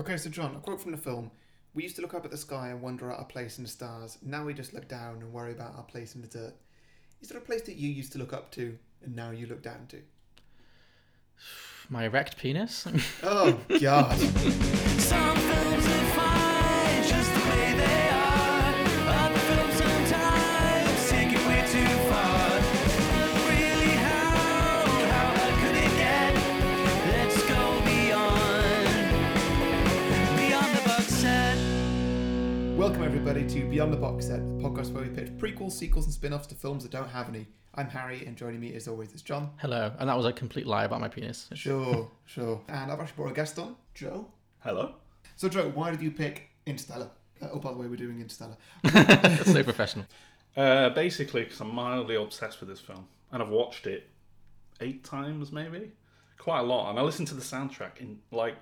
Okay, so John, a quote from the film. We used to look up at the sky and wonder at our place in the stars. Now we just look down and worry about our place in the dirt. Is there a place that you used to look up to and now you look down to? My erect penis? Oh, God. Some films are fine just the way they are. Other films sometimes take it way too far. Really, how, how hard could it get? Let's go beyond, beyond the box set. Welcome, everybody, to Beyond the Box Set, the podcast where we pitch prequels, sequels, and spin offs to films that don't have any. I'm Harry, and joining me, as always, is John. Hello. And that was a complete lie about my penis. Sure, sure. And I've actually brought a guest on, Joe. Hello. So, Joe, why did you pick Interstellar? Uh, oh, by the way, we're doing Interstellar. It's so professional. Uh, basically, because I'm mildly obsessed with this film, and I've watched it eight times, maybe quite a lot, and I listen to the soundtrack in like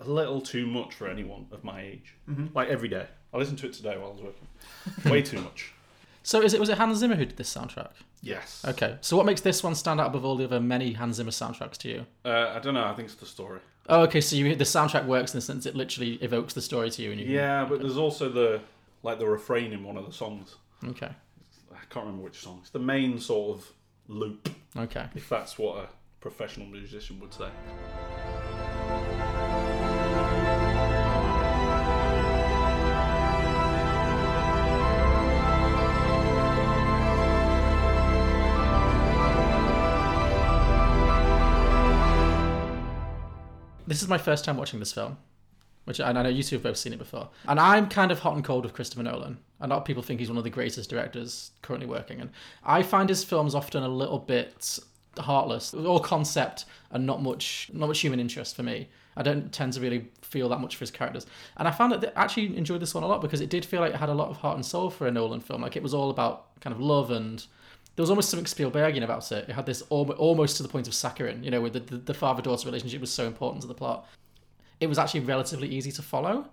a little too much for anyone of my age. Like every day, I listened to it today while I was working. Way too much. So is it was it Hans Zimmer who did this soundtrack? Yes. Okay. So what makes this one stand out above all the other many Hans Zimmer soundtracks to you? Uh, I don't know. I think it's the story. Oh, okay. So you, the soundtrack works in the sense it literally evokes the story to you, and you. Yeah, but there's also the like the refrain in one of the songs. Okay. I can't remember which song. It's the main sort of loop, Okay. if that's what a professional musician would say. This is my first time watching this film, which and I know you two have both seen it before. And I'm kind of hot and cold with Christopher Nolan. A lot of people think he's one of the greatest directors currently working, and I find his films often a little bit heartless, all concept and not much, not much human interest for me. I don't tend to really feel that much for his characters, and I found that I actually enjoyed this one a lot because it did feel like it had a lot of heart and soul for a Nolan film. Like it was all about kind of love and there was almost something Spielbergian about it. It had this al- almost to the point of saccharine, you know, where the, the, the father daughter relationship was so important to the plot. It was actually relatively easy to follow,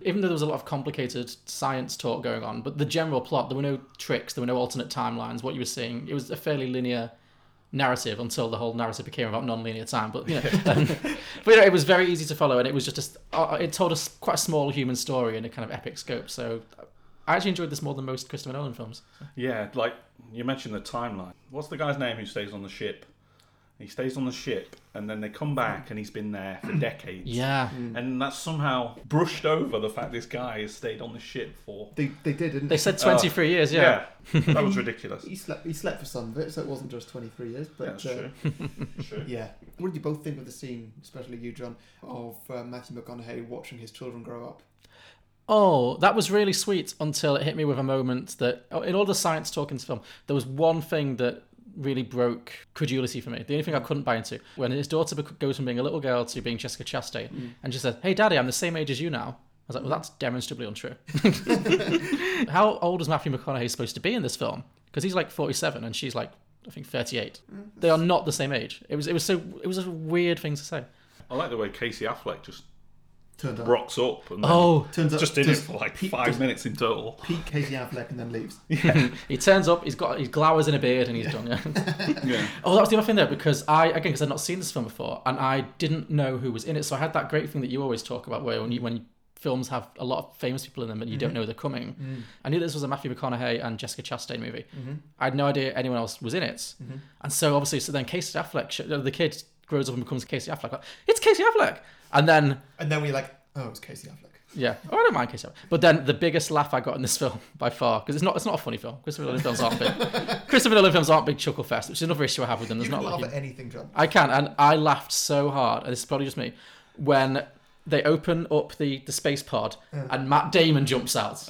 even though there was a lot of complicated science talk going on. But the general plot, there were no tricks, there were no alternate timelines. What you were seeing, it was a fairly linear narrative until the whole narrative became about non-linear time. But you know, um, but you know, it was very easy to follow, and it was just a s- uh, it told us quite a small human story in a kind of epic scope. So. I actually enjoyed this more than most Christopher Nolan films. Yeah, like you mentioned the timeline. What's the guy's name who stays on the ship? He stays on the ship, and then they come back, and he's been there for decades. Yeah. Hmm. And that's somehow brushed over the fact this guy has stayed on the ship for. They, they did, didn't They they? said 23 years, yeah. that was ridiculous. He slept, he slept for some of it, so it wasn't just 23 years, but. Yeah, that's uh, true. true. Yeah. What did you both think of the scene, especially you, John, of uh, Matthew McConaughey watching his children grow up? Oh, that was really sweet until it hit me with a moment that, oh, in all the science talk in this film, there was one thing that really broke credulity for me. The only thing I couldn't buy into when his daughter bec- goes from being a little girl to being Jessica Chastain, and she says, "Hey, Daddy, I'm the same age as you now." I was like, "Well, that's demonstrably untrue." How old is Matthew McConaughey supposed to be in this film? Because he's like 47 and she's like, I think 38. They are not the same age. It was it was so it was a weird thing to say. I like the way Casey Affleck just Turned up. rocks up and then Oh, Turns up. just in it does for like Pete- five does minutes in total. Pete Casey Affleck and then leaves. He turns up. He's got he glowers in a beard, and he's done. Yeah. oh, that was the other thing there because I again because I'd not seen this film before, and I didn't know who was in it. So I had that great thing that you always talk about, where when you, when films have a lot of famous people in them, and you don't know they're coming. I knew this was a Matthew McConaughey and Jessica Chastain movie. I had no idea anyone else was in it, and so obviously, so then Casey Affleck, sh- the kid grows up and becomes Casey Affleck. Like, it's Casey Affleck, and then And then we're like, oh, it's Casey Affleck. yeah, oh, I don't mind Christopher. But then the biggest laugh I got in this film by far, because it's not it's not a funny film. Christopher Nolan films aren't big. Christopher Nolan films aren't big chuckle fest, which is another issue I have with them. There's You not can laugh like at anything, John. I can, and I laughed so hard. And this is probably just me when they open up the the space pod and Matt Damon jumps out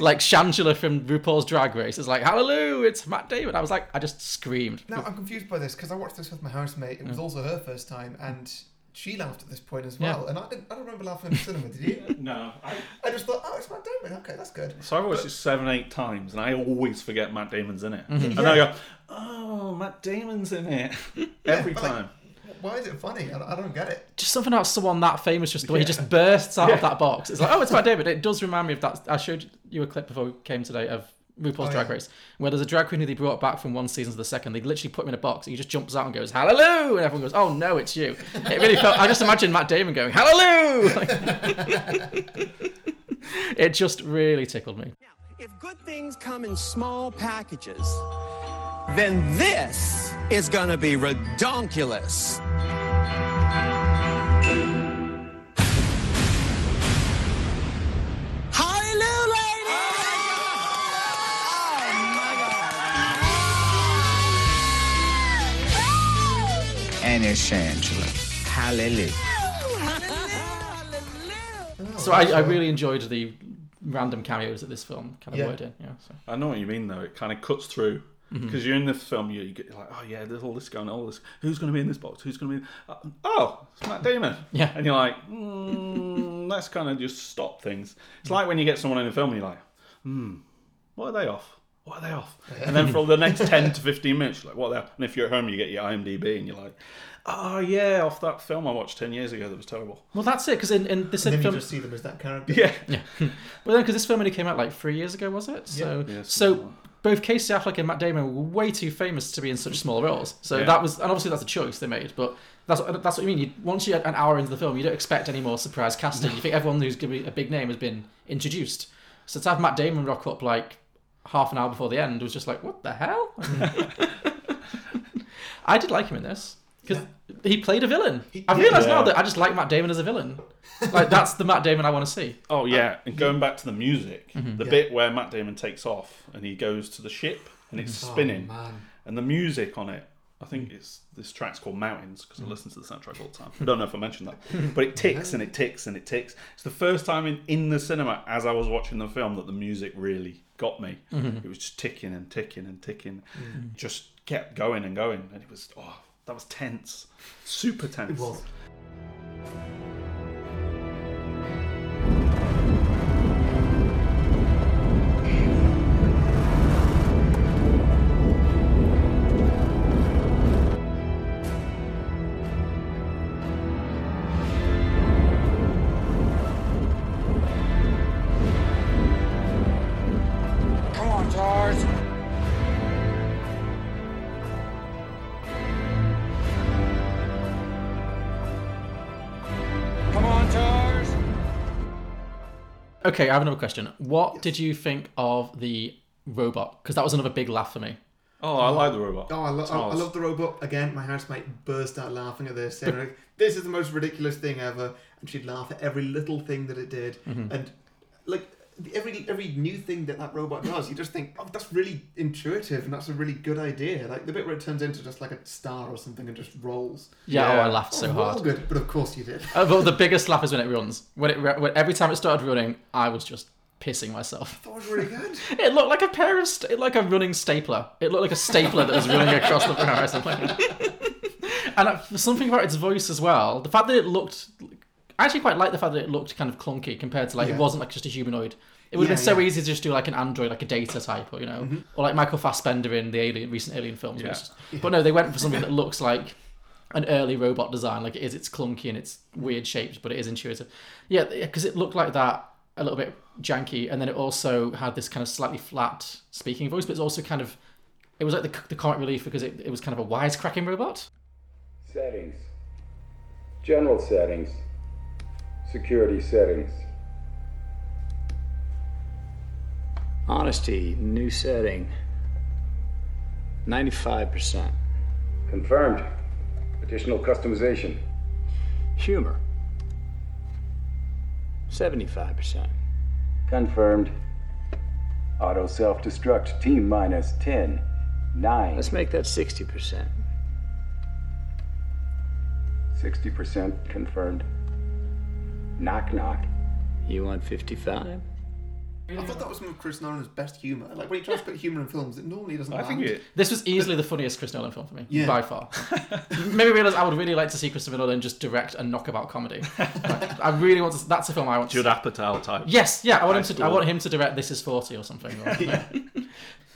like Shangela from RuPaul's Drag Race. It's like hallelujah, it's Matt Damon. I was like, I just screamed. Now I'm confused by this because I watched this with my housemate. It was Mm. also her first time, and she laughed at this point as well. Yeah. And I didn't. I don't remember laughing in the cinema. Did you? No. I, I just thought, oh, it's Matt Damon. Okay, that's good. so I've watched it seven, eight times, and I always forget Matt Damon's in it. And then I go, oh, Matt Damon's in it. Every but, like, time. Why is it funny? I don't, I don't get it. just something about someone that famous, just the way he just bursts out of that box. It's like, oh, it's Matt Damon. It does remind me of that. I showed you a clip before we came today of RuPaul's Oh, Drag yeah. Race, where there's a drag queen who they brought back from one season to the second. They literally put him in a box and he just jumps out and goes, Hallelujah! And everyone goes, Oh no, it's you. It really felt, I just imagine Matt Damon going, Hallelujah! Like- it just really tickled me. If good things come in small packages, then this is gonna be redonkulous. Hallelujah, and it's Angela. Hallelujah. So I, I really enjoyed the random cameos that this film kind of Yeah. word in. Yeah, so. I know what you mean though. It kind of cuts through because you're in the film. You, you get you're like, oh yeah, there's all this going, all this. Who's going to be in this box? Who's going to be? In... Uh, Oh, it's Matt Damon. Yeah. And you're like, mm, let's kind of just stop things. It's like when you get someone in a film, and you're like, hmm, what are they off? What are they off? And then for the next ten to fifteen minutes, you're like, what? Are they off? And if you're at home, you get your IMDb, and you're like, oh yeah, off that film I watched ten years ago that was terrible. Well, that's it because in, in this Then you film, just see them as that character. Yeah. Well, then, because this film only came out like three years ago, was it? So, Yeah, something like so both Casey Affleck and Matt Damon were way too famous to be in such small roles. So Yeah. that was, and obviously that's a choice they made. But that's that's what you mean. You, once you're an hour into the film, you don't expect any more surprise casting. You think everyone who's going to be a big name has been introduced. So to have Matt Damon rock up like half an hour before the end was just like, what the hell? I did like him in this because he played a villain. I've realised now Yeah. that I just like Matt Damon as a villain. Like that's the Matt Damon I want to see. Oh yeah, and going back to the music, Mm-hmm. the bit where Matt Damon takes off and he goes to the ship and it's spinning, Oh, man. Mm. and the music on it. I think it's this track's called Mountains because I listen to the soundtrack all the time. I don't know if I mentioned that, but it ticks and it ticks and it ticks. It's the first time in, in the cinema as I was watching the film that the music really got me. Mm-hmm. It was just ticking and ticking and ticking, Mm. just kept going and going, and it was oh that was tense, super tense. It was. Come on, Tars. Come on, Tars. Okay, I have another question. What did you think of the robot? Because that was another big laugh for me. Oh, I like the robot. Oh, I, lo- I, I Tars. love the robot. Again, my housemate burst out laughing at this, saying, like, This is the most ridiculous thing ever. And she'd laugh at every little thing that it did. Mm-hmm. And, like, every every new thing that that robot does, you just think, Oh, that's really intuitive and that's a really good idea. Like, the bit where it turns into just like a star or something and just rolls. Yeah, Oh, Yeah. I laughed so oh, well hard. good, but of course you did. Uh, but the biggest laugh is when it runs. When it re- when, every time it started running, I was just pissing myself. That was really good. It looked like a pair of st- it looked like a running stapler. It looked like a stapler that was running across the horizon. and uh, something about its voice as well. The fact that it looked, I actually quite like the fact that it looked kind of clunky compared to like Yeah. it wasn't like just a humanoid. It would have Yeah, been so yeah. easy to just do like an android, like a data type, or you know, or like Michael Fassbender in the Alien recent Alien films. where it's Mm-hmm. Yeah. just- But no, they went for something that looks like an early robot design. Like it is, it's clunky and it's weird shaped, but it is intuitive. Yeah, because it looked like that a little bit janky, and then it also had this kind of slightly flat speaking voice, but it's also kind of it was like the, the comic relief because it, it was kind of a wisecracking robot. Settings. General settings. Security settings. Honesty, new setting. 95%. Confirmed. Additional customization. Humor. 75%. Confirmed. Auto self destruct T minus 10, 9, Let's make that 60%. 60% confirmed. Knock knock. You want 55? I thought that was some of Chris Nolan's best humour. Like, when he tries to put humour in films, it normally doesn't I think land. it. This was easily the funniest Chris Nolan film for me, Yeah. by far. You made me realize I would really like to see Christopher Nolan just direct a knockabout comedy. Like, I really want to. That's a film I want to. see. Judd Apatow type. Yes, yeah, I want him to. I Nice want him to direct This Is Forty or something. or-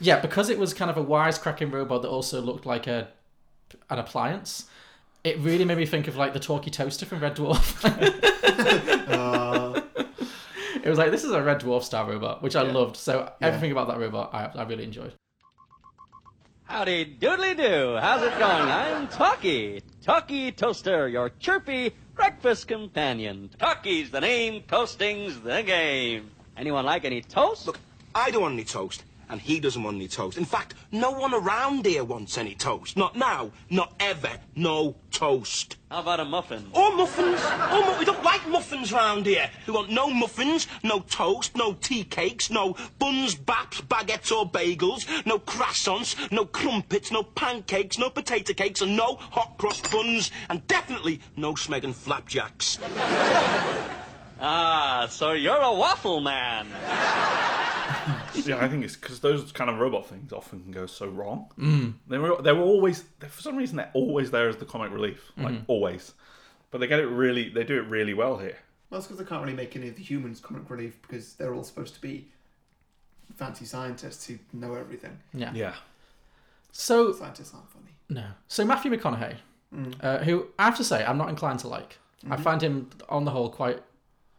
yeah. because it was kind of a wisecracking robot that also looked like a an appliance. It really made me think of like the talkie toaster from Red Dwarf. it was was like, this is a Red Dwarf style robot, which I loved. So everything about that robot, I, I really enjoyed. Howdy doodly do. How's it going? I'm Talkie. Talkie Toaster, your chirpy breakfast companion. Talkie's the name, toasting's the game. Anyone like any toast? Look, I don't want any toast, and he doesn't want any toast. In fact, no one around here wants any toast. Not now, not ever. No toast. How about a muffin? Or muffins. Or mu- we don't like muffins round here. We want no muffins, no toast, no tea cakes, no buns, baps, baguettes or bagels, no croissants, no crumpets, no pancakes, no potato cakes, and no hot cross buns, and definitely no smegging flapjacks. Ah, so you're a waffle man. yeah, I think it's because those kind of robot things often can go so wrong. Mm. They were they were always for some reason they're always there as the comic relief, like Mm-hmm. always. But they get it really, they do it really well here. Well, it's because they can't really make any of the humans comic relief because they're all supposed to be fancy scientists who know everything. Yeah, So Scientists aren't funny. no, so Matthew McConaughey, uh, who I have to say I'm not inclined to like. I find him on the whole quite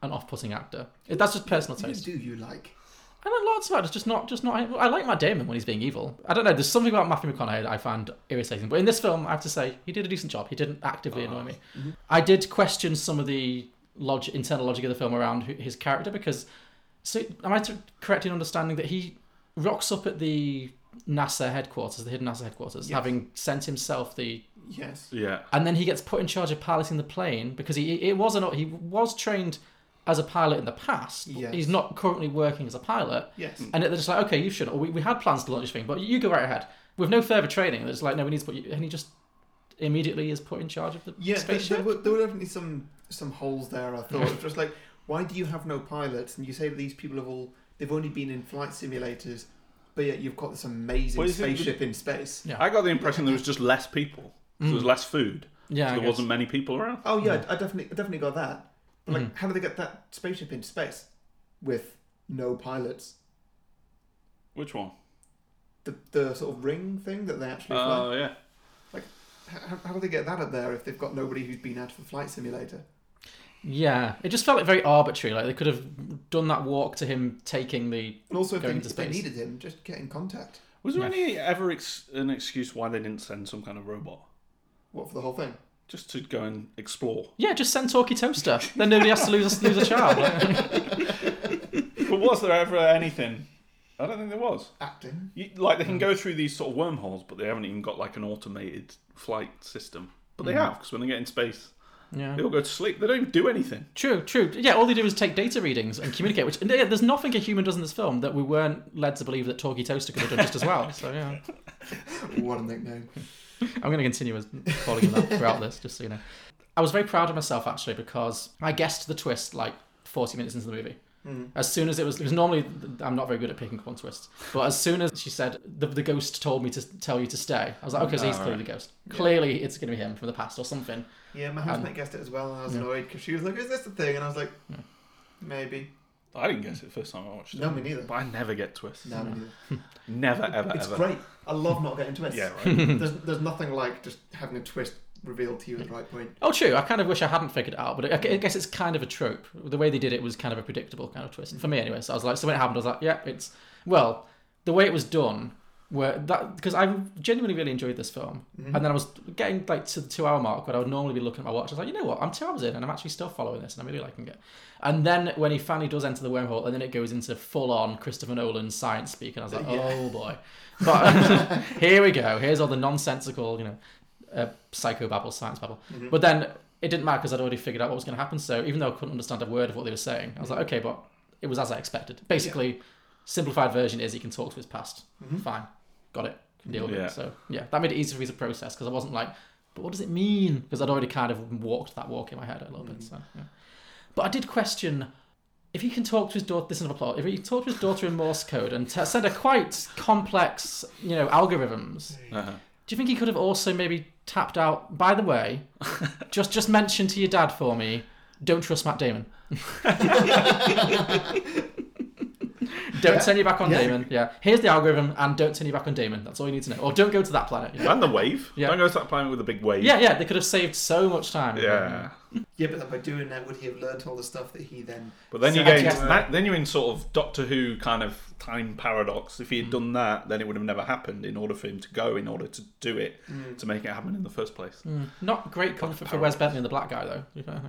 an off-putting actor. That's just personal Who taste. do you like? I like lots of actors, just not, just not. I like Matt Damon when he's being evil. I don't know. There's something about Matthew McConaughey that I found irritating. But in this film, I have to say he did a decent job. He didn't actively annoy me. I did question some of the log- internal logic of the film around who- his character because. So am I to- correct in understanding that he rocks up at the NASA headquarters, the hidden NASA headquarters, having sent himself the Yes. yeah. and then he gets put in charge of piloting the plane because he it was an, he was trained as a pilot in the past. but Yes. He's not currently working as a pilot. Yes. And they're just like, okay, you should. Or we, we had plans to launch this thing, but you go right ahead with no further training. They're just like, no, we need to put you. And he just immediately is put in charge of the Yeah, there, spaceship. there, were, there were definitely some some holes there. I thought just like, why do you have no pilots? And you say that these people have all they've only been in flight simulators, but yet you've got this amazing Well, isn't it- spaceship in space. Yeah. Mm. I got the impression there was just less people. There was less food. Yeah, I so there guess. wasn't many people around. Oh yeah, I, I definitely I definitely got that. But like, how do they get that spaceship into space with no pilots? Which one? The the sort of ring thing that they actually fly. Oh yeah. Like, how, how do they get that up there if they've got nobody who's been out of a flight simulator? yeah, it just felt like very arbitrary. Like they could have done that walk to him taking the And also, if they, Going into if they space. needed him, just get in contact. Was there any ever ex- an excuse why they didn't send some kind of robot What for the whole thing? just to go and explore? yeah, just send Talkie Toaster. then nobody has to lose a, lose a child. but was there ever anything? I don't think there was. Acting. You, like they Hmm. can go through these sort of wormholes, but they haven't even got like an automated flight system. But Hmm. they have because when they get in space, yeah. they all go to sleep. They don't even do anything. True, true. Yeah, all they do is take data readings and communicate. Which and yeah, there's nothing a human does in this film that we weren't led to believe that Talkie Toaster could have done just as well. So yeah, What a nickname. I'm going to continue as calling him that throughout this, just so you know. I was very proud of myself actually because I guessed the twist like 40 minutes into the movie. As soon as it was, because normally I'm not very good at picking one twist, but as soon as she said the, the ghost told me to tell you to stay, I was like, okay, so he's clearly the ghost. Clearly, it's going to be him from the past or something. Yeah, my housemate guessed it as well, and I was annoyed because she was like, "Is this the thing?" And I was like, "Maybe." I didn't guess it the first time I watched it. No, me neither. But I never get twists. No, me neither. Never ever It's ever. great. I love not getting twists. Yeah, right. there's, there's nothing like just having a twist revealed to you at the right point. Oh, true. I kind of wish I hadn't figured it out, but I I guess it's kind of a trope. The way they did it was kind of a predictable kind of twist for me, anyway. So I was like, so when it happened, I was like, yeah, it's well, the way it was done, where that because I genuinely really enjoyed this film, and then I was getting like to the two-hour mark when I would normally be looking at my watch. I was like, you know what, I'm two hours in, and I'm actually still following this, and I'm really liking it. And then when he finally does enter the wormhole, and then it goes into full-on Christopher Nolan science speak, and I was like, oh boy, but here we go. Here's all the nonsensical, you know uh, psycho babble, science babble. But then it didn't matter because I'd already figured out what was going to happen. So even though I couldn't understand a word of what they were saying, I was like, okay, but it was as I expected. Basically, simplified version is he can talk to his past. Fine, got it, can deal with Yeah. it. So yeah, that made it easier for me to process because I wasn't like, but what does it mean? Because I'd already kind of walked that walk in my head a little bit. So yeah. But I did question if he can talk to his daughter, this is another plot. If he can talk to his daughter in Morse code and t- send her quite complex, you know, algorithms, Uh-huh. do you think he could have also maybe tapped out? By the way, just just mention to your dad for me. Don't trust Matt Damon. Don't turn your back on Yeah. Damon. Yeah. Here's the algorithm, and don't turn your back on Damon. That's all you need to know. Or don't go to that planet. Yeah. And the wave. Yeah. Don't go to that planet with a big wave. yeah, yeah. They could have saved so much time. Yeah. Yeah, but by doing that, would he have learnt all the stuff that he then? But then you said get to into her? that, then you're in sort of Doctor Who kind of time paradox. If he Hmm. had done that, then it would have never happened. In order for him to go, in order to do it, Hmm. to make it happen in the first place. Not great comfort for Wes Bentley and the black guy though. You know?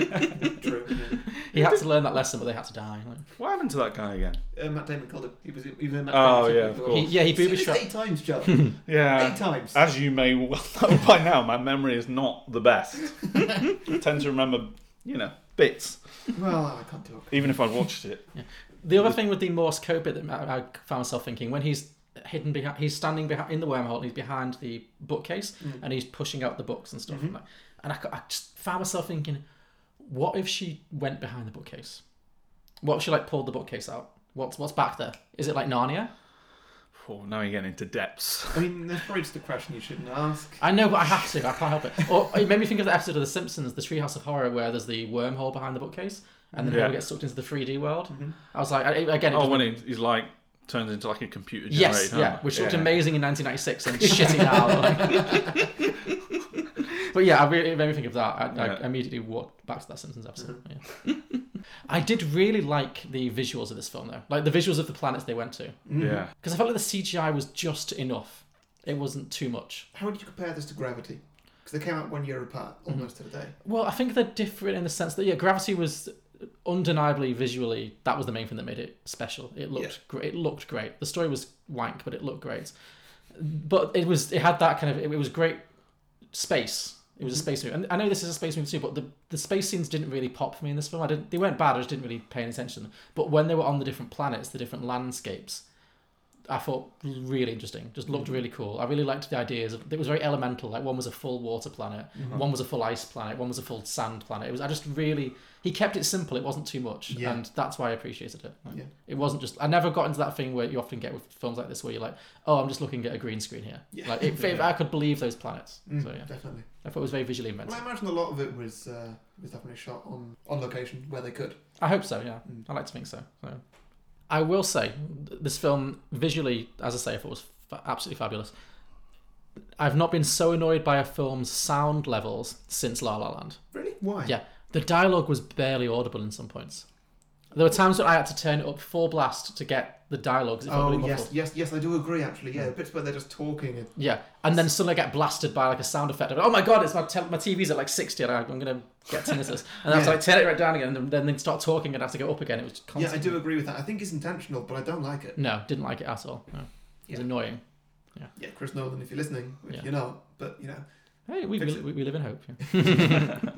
True, yeah. he had to learn that lesson, but they had to die. like- What happened to that guy again? Uh, Matt Damon called him. He was he was in Matt Oh, Damon's yeah, of movie. course. Uh, He- yeah, he Seen booby this trapped. eight times, Joe. Yeah. Eight times. As you may well know by now, my memory is not the best. I tend to remember, you know, bits, well, I can't talk. even if I'd watched it. The other thing with the Morse code bit that I I found myself thinking when he's hidden behind, he's standing behind in the wormhole and he's behind the bookcase and he's pushing out the books and stuff. Like, and I, cou- I just found myself thinking, what if she went behind the bookcase? What if she like pulled the bookcase out? What's what's back there? Is it like Narnia? Oh, now you're getting into depths. Oh, I mean, that's probably just a question you shouldn't ask. I know, but I have to. I can't help it. Or it made me think of the episode of The Simpsons, the Treehouse of Horror, where there's the wormhole behind the bookcase, and then Yeah. yeah. gets sucked into the 3D world. I was like, I, again, it Oh, just when he- he's like turns into like a computer generated. Yes, yeah, which looked amazing in 1996 and shitty now. but yeah, I really, it made me think of that. I, I Yeah. immediately walked back to that Simpsons episode. Yeah. I did really like the visuals of this film, though, like the visuals of the planets they went to, Yeah. because I felt like the CGI was just enough. It wasn't too much. How would you compare this to Gravity? Because they came out one year apart, almost to the day. Well, I think they're different in the sense that yeah, Gravity was undeniably visually that was the main thing that made it special. It looked Yeah. great. It looked great. The story was wank, but it looked great. But it was it had that kind of it, was great space. It Mm. was a space movie, and I know this is a space movie too. But the, the space scenes didn't really pop for me in this film. I didn't. They weren't bad. I just didn't really pay any attention. But when they were on the different planets, the different landscapes, I thought really interesting. Just Mm. looked really cool. I really liked the ideas. Of, it was very elemental. Like one was a full water planet, Mm-hmm. one was a full ice planet, one was a full sand planet. It was. I just really he kept it simple. It wasn't too much, Yeah. and that's why I appreciated it. Like, Yeah. It wasn't just. I never got into that thing where you often get with films like this, where you're like, oh, I'm just looking at a green screen here. Yeah. Like it, I could believe those planets. Mm. So yeah, Definitely. I thought it was very visually inventive. Well, I imagine a lot of it was uh, was definitely shot on on location where they could. I hope so. Yeah, Mm. I like to think so. so. I will say th- this film visually, as I say, I thought was fa- absolutely fabulous. I've not been so annoyed by a film's sound levels since La La Land. Really? Why? Yeah, the dialogue was barely audible in some points. There were times when I had to turn it up full blast to get the dialogue. 'cause it felt Oh really yes, muffled. yes, yes. I do agree. Actually, yeah. The bits where they're just talking. And, Yeah, and then suddenly I get blasted by like a sound effect. I'm like, oh my god, it's my tel my TV's at like 60, and I, I'm gonna get tinnitus. And I was Yeah. like, turn it right down again, and then they start talking, and I have to go up again. It was yeah, constant. I do agree with that. I think it's intentional, but I don't like it. No, didn't like it at all. No. It was Yeah. annoying. Yeah, Chris Nolan, if you're listening, which Yeah. you're not, but you know, Hey, we, Fix we, it. we live in hope. yeah.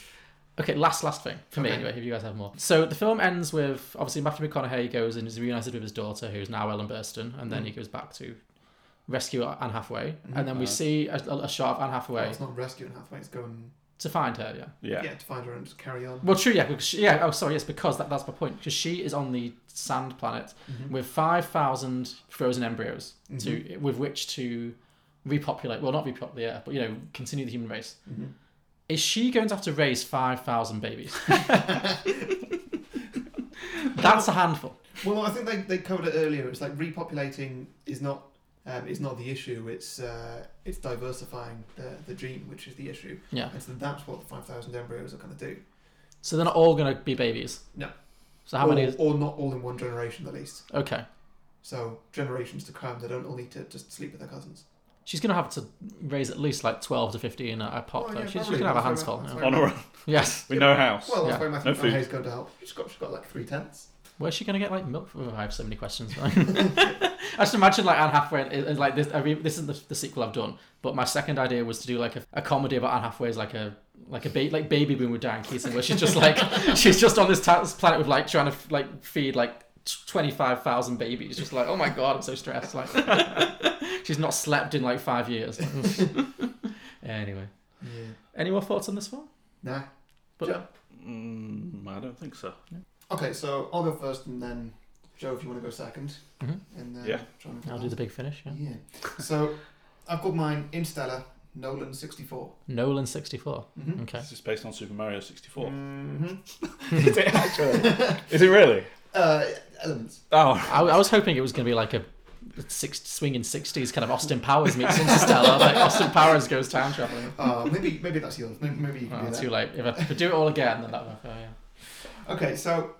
okay, last last thing for me Okay. anyway. If you guys have more, so the film ends with obviously Matthew McConaughey goes and is reunited with his daughter, who's now Ellen Burstyn, and Mm. then he goes back to rescue Anne Hathaway, Mm-hmm. and then we see a, a shot of Anne well, Hathaway it's Uh, not rescuing halfway. It's going to find her. Yeah. Yeah. yeah to find her and just carry on. Well, true, yeah, because she, yeah. Oh, sorry, yes, because that, that's my point. Because she is on the sand planet Mm-hmm. with five thousand frozen embryos to with which to repopulate. Well, not repopulate the Earth, but you know, continue the human race. Mm-hmm. Is she going to have to raise five thousand babies? that's a handful. Well, I think they, they covered it earlier. It's like repopulating is not um, is not the issue. It's uh, it's diversifying the, the gene, which is the issue. Yeah. And so that's what the five thousand embryos are going to do. So they're not all going to be babies. No. So how or, many? Is, Or not all in one generation, at least. okay. So generations to come, they don't all need to just sleep with their cousins. She's going to have to raise at least like twelve to fifteen a a pop. Oh, though. yeah, she's probably. she's going to have a That's hands why- full. that's yeah. why- On a run. Yes. With no house. Well, that's Yeah. why Matthew No food. McConaughey's going to help. She's got she's got like three tenths. Where's she gonna get like milk? from? I have so many questions. I just imagine like Anne Hathaway and, and, like this. I mean, this is the, the sequel I've done, but my second idea was to do like a, a comedy about Anne Hathaway's like a like a ba- like baby boom with Diane Keaton, where she's just like she's just on this, ta- this planet with like trying to like feed like twenty five thousand babies. Just like oh my god, I'm so stressed. Like she's not slept in like five years. anyway, Yeah. any more thoughts on this one? Nah. But- Joe? Mm, I don't think so. Okay, so I'll go first, and then Joe, if you want to go 2nd and then Yeah. try and Mm-hmm. I'll do the big finish. Yeah. Yeah. So I've called mine Interstellar Nolan 64. Nolan sixty Okay. This is based Mm. on Super Mario 64. Mm-hmm. is it actually? is it really? Uh, elements. Oh, I, I was hoping it was going to be like a six, swinging 60s kind of Austin Powers meets Interstellar. like Austin Powers goes time traveling. Uh, maybe maybe that's yours. Maybe, maybe you can do Oh, that. too late. If I could do it all again, then that would. Oh, yeah. Okay, so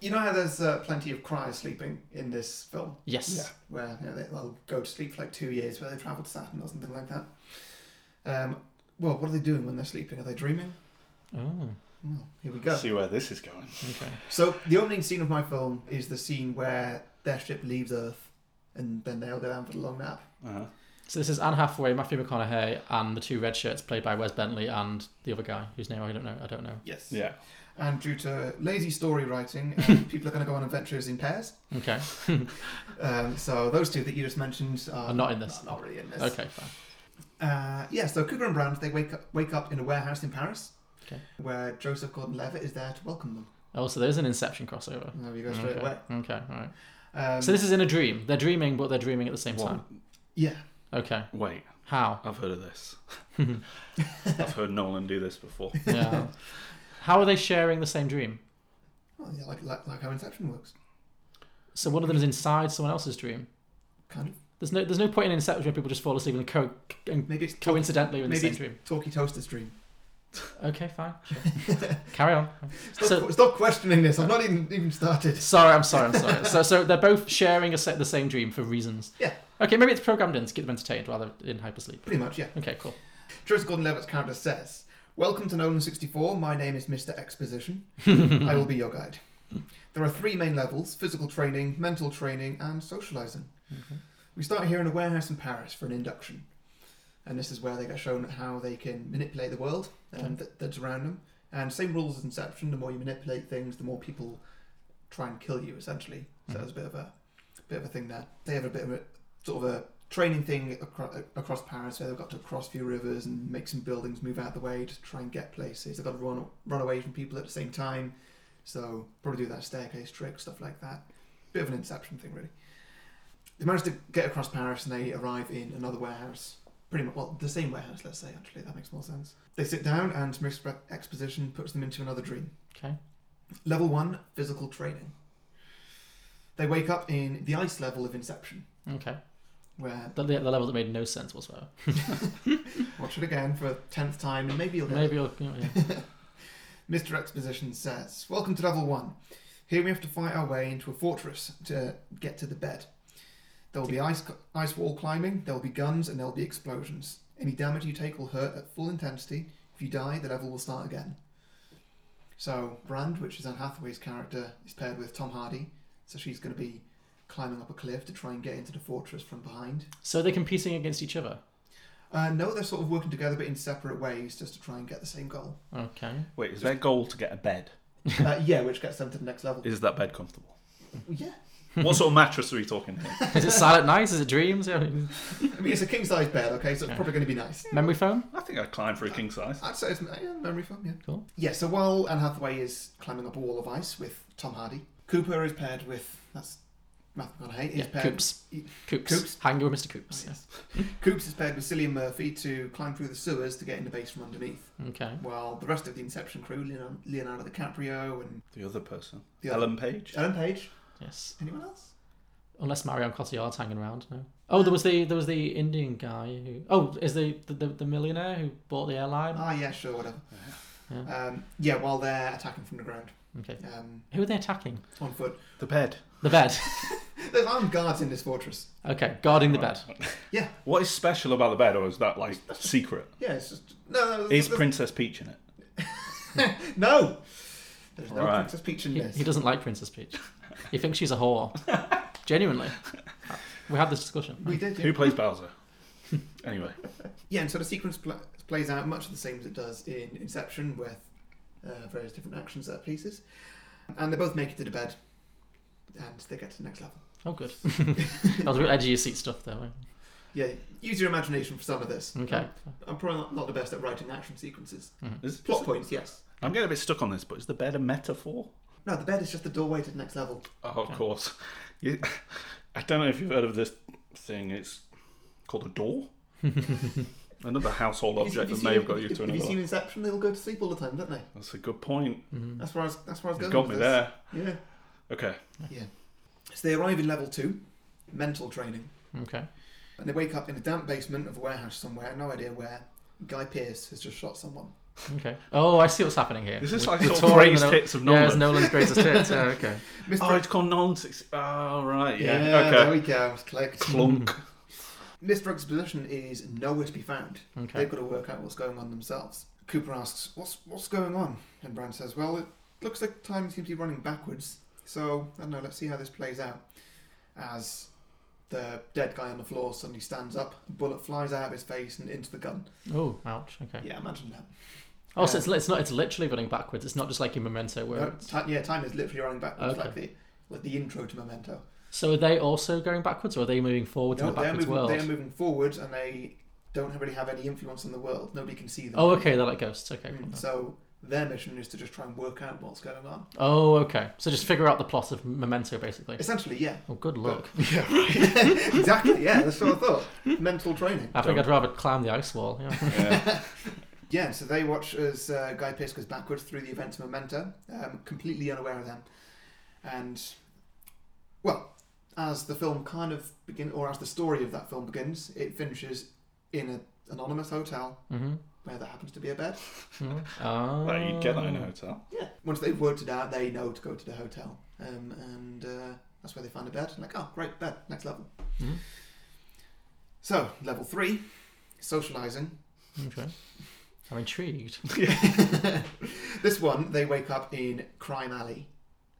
you know how there's uh, plenty of cryers sleeping in this film, Yes. where you know, they- they'll go to sleep for like two years, where they travel to Saturn or something like that. Um, well, what are they doing when they're sleeping? Are they dreaming? Oh, Well, here we go. see where this is going. okay. So the opening scene of my film is the scene where their ship leaves Earth, and then they'll go down for the long nap. Uh-huh. So this is Anne Hathaway, Matthew McConaughey, and the two red shirts played by Wes Bentley and the other guy whose name I don't know. I don't know. Yes. Yeah. And due to lazy story writing, um, people are going to go on adventures in pairs. Okay. Um, so those two that you just mentioned are Are not in this. Not, really in this. okay. Fine. Uh, yeah, so Cooper and Brand, they wake up, wake up in a warehouse in Paris, Okay. where Joseph Gordon-Levitt is there to welcome them. Oh, so there's an Inception crossover. And there we go straight Okay. away. Okay. All right. Mm. Um, So this is in a dream. They're dreaming, but they're dreaming at the same time. yeah, Okay. Wait, How? I've heard of this. I've heard Nolan do this before. Yeah. How are they sharing the same dream? well, yeah, like, like like how Inception works, So one of them is inside someone else's dream. kind of. There's no, there's no point in Inception where people just fall asleep and, co- and Maybe it's coincidentally are in the Maybe same it's dream. Talkie Toaster's dream. Okay, fine. sure. Carry on. Stop, So- stop questioning this. I've not even even started. Sorry, I'm sorry, I'm sorry. so, so they're both sharing a set, the same dream for reasons. Yeah. Okay, maybe it's programmed in to get them entertained rather than in hypersleep. Pretty much, yeah. Okay, cool. Joseph Gordon-Levitt's character says, "Welcome to Nolan 64. My name is Mr. Exposition. I will be your guide. There are three main levels: physical training, mental training, and socializing. We start here in a warehouse in Paris for an induction, and this is where they get shown how they can manipulate the world and that that's around them. And same rules as Inception: the more you manipulate things, the more people try and kill you, essentially. So there's a bit of a bit of a thing there. They have a bit of a sort of a training thing acro- across Paris where they've got to cross a few rivers and make some buildings move out of the way to try and get places. They've got to run run away from people at the same time. So probably do that staircase trick, stuff like that. Bit of an inception thing really. They manage to get across Paris and they arrive in another warehouse. Pretty much, well, the same warehouse, let's say, actually, that makes more sense. They sit down and Mr. Exposition puts them into another dream. Okay. Level one, physical training. They wake up in the ice level of Inception, Okay. where The, the the level that made no sense whatsoever. watch it again for a tenth time, and maybe you'll get Maybe you'll, you know, yeah. it. Mr. Exposition says, "Welcome to level one. Here we have to fight our way into a fortress to get to the bed. There will be ice ice wall climbing. There will be guns, and there will be explosions. Any damage you take will hurt at full intensity. If you die, the level will start again." So Brand, which is Anne Hathaway's character, is paired with Tom Hardy, so she's going to be climbing up a cliff to try and get into the fortress from behind. So they're competing against each other. Uh, no, they're sort of working together, but in separate ways, just to try and get the same goal. Okay. Wait, is their goal to get a bed? uh, yeah, which gets them to the next level. Is that bed comfortable? Yeah, What sort of mattress are we talking here? Is it Silent Nights? Is it Dreams? Yeah. I mean it's a king size bed, okay, so it's probably going to be nice. Memory foam? I think I'd climb for a king size. I'd say it's yeah, memory foam, yeah. Cool. Yeah, so while Anne Hathaway is climbing up a wall of ice with Tom Hardy, Cooper is paired with that's Matthew McConaughey. is Yeah, paired, Coops. Coops. Coops? Hanging with Mr. Coops. Yes. Coops is paired with Cillian Murphy to climb through the sewers to get in the base from underneath, yeah. Okay. while the rest of the Inception crew, Leonardo, Leonardo DiCaprio and The other person, The other- uh, Ellen Page. Ellen Page. Yes. Anyone else? Unless Marion Cotillard's hanging around. No. Oh, there was the there was the Indian guy who. Oh, is the the, the, the millionaire who bought the airline? Ah, yeah, sure, whatever. Yeah. Um, yeah, while they're attacking from the ground, Okay. um, Who are they attacking? on foot. The bed. The bed. There's armed guards in this fortress. Okay, guarding the bed. Yeah, What is special about the bed, or is that like secret? yeah, it's just no, no, Is there's- Princess Peach in it? no. There's no Right. Princess Peach in He, this. he doesn't like Princess Peach. He thinks she's a whore. Genuinely. We had this discussion. We did. Yeah. Who plays Bowser? anyway, yeah, and so the sequence pl- plays out much the same as it does in Inception, with uh, various different action set pieces, and they both make it to the bed, and they get to the next level. Oh, good. that was real edgy of your seat stuff, though. wasn't Yeah, use your imagination for some of this. it? Okay. I'm probably not- not the best at writing action sequences. Mm. is, Plot points, yes. I'm getting a bit stuck on this, but is the bed a metaphor? No, the bed is just the doorway to the next level. Oh, of course. You, I don't know if you've heard of this thing. It's called a door. Another household Have object you that seen- may have got you to Have you another. seen Inception? They all go to sleep all the time, don't they? That's a good point. Mm. That's where I was. That's where I was You going. got with me this. there. Yeah. Okay. Yeah. So they arrive in level two, mental training, Okay. and they wake up in a damp basement of a warehouse somewhere, no idea where. Guy Pearce has just shot someone. Okay. Oh, I see what's happening here. Is this We're- like we're sort of touring greatest Nolan- hits of Yeah, Nolan? it's Nolan's greatest hits. Yeah, okay. Oh, it's called non six. Oh, right. Yeah. there okay. we go. It's clicked. Clunk. Mr. Exposition is nowhere to be found. Okay. They've got to work out what's going on themselves. Cooper asks, "What's what's going on?" And Brown says, "Well, it looks like time seems to be running backwards. So I don't know. Let's see how this plays out." As the dead guy on the floor suddenly stands up, a bullet flies out of his face and into the gun. Oh, ouch. Okay. Yeah, imagine that. Oh, so it's, it's not. It's literally running backwards. It's not just like in Memento where. No, it's- ti- yeah, time is literally running backwards, Okay. like the like the intro to Memento. So are they also going backwards, or are they moving forward in No, the they're backwards moving, world? they're moving forward, and they don't really have any influence on the world. Nobody can see them. Oh, okay. They're like ghosts. Okay. cool. Mm, So their mission is to just try and work out what's going on. Oh, okay. So just figure out the plot of Memento, basically. Essentially, yeah. Oh, good luck. Yeah, right. exactly, yeah, that's what I thought. Mental training. I think I'd rather climb the ice wall. Yeah. Yeah, so they watch as uh, Guy Pearce goes backwards through the events of Memento, um, completely unaware of them. And, well, as the film kind of begins, or as the story of that film begins, it finishes in an anonymous hotel mm-hmm. where there happens to be a bed. Oh. Well, you'd get that in a hotel. Yeah. Once they've worked it out, they know to go to the hotel, um, and uh, that's where they find a bed. like, oh, great bed, next level. Mhm. So level three, socializing. Okay. I'm intrigued. this one, they wake up in Crime Alley.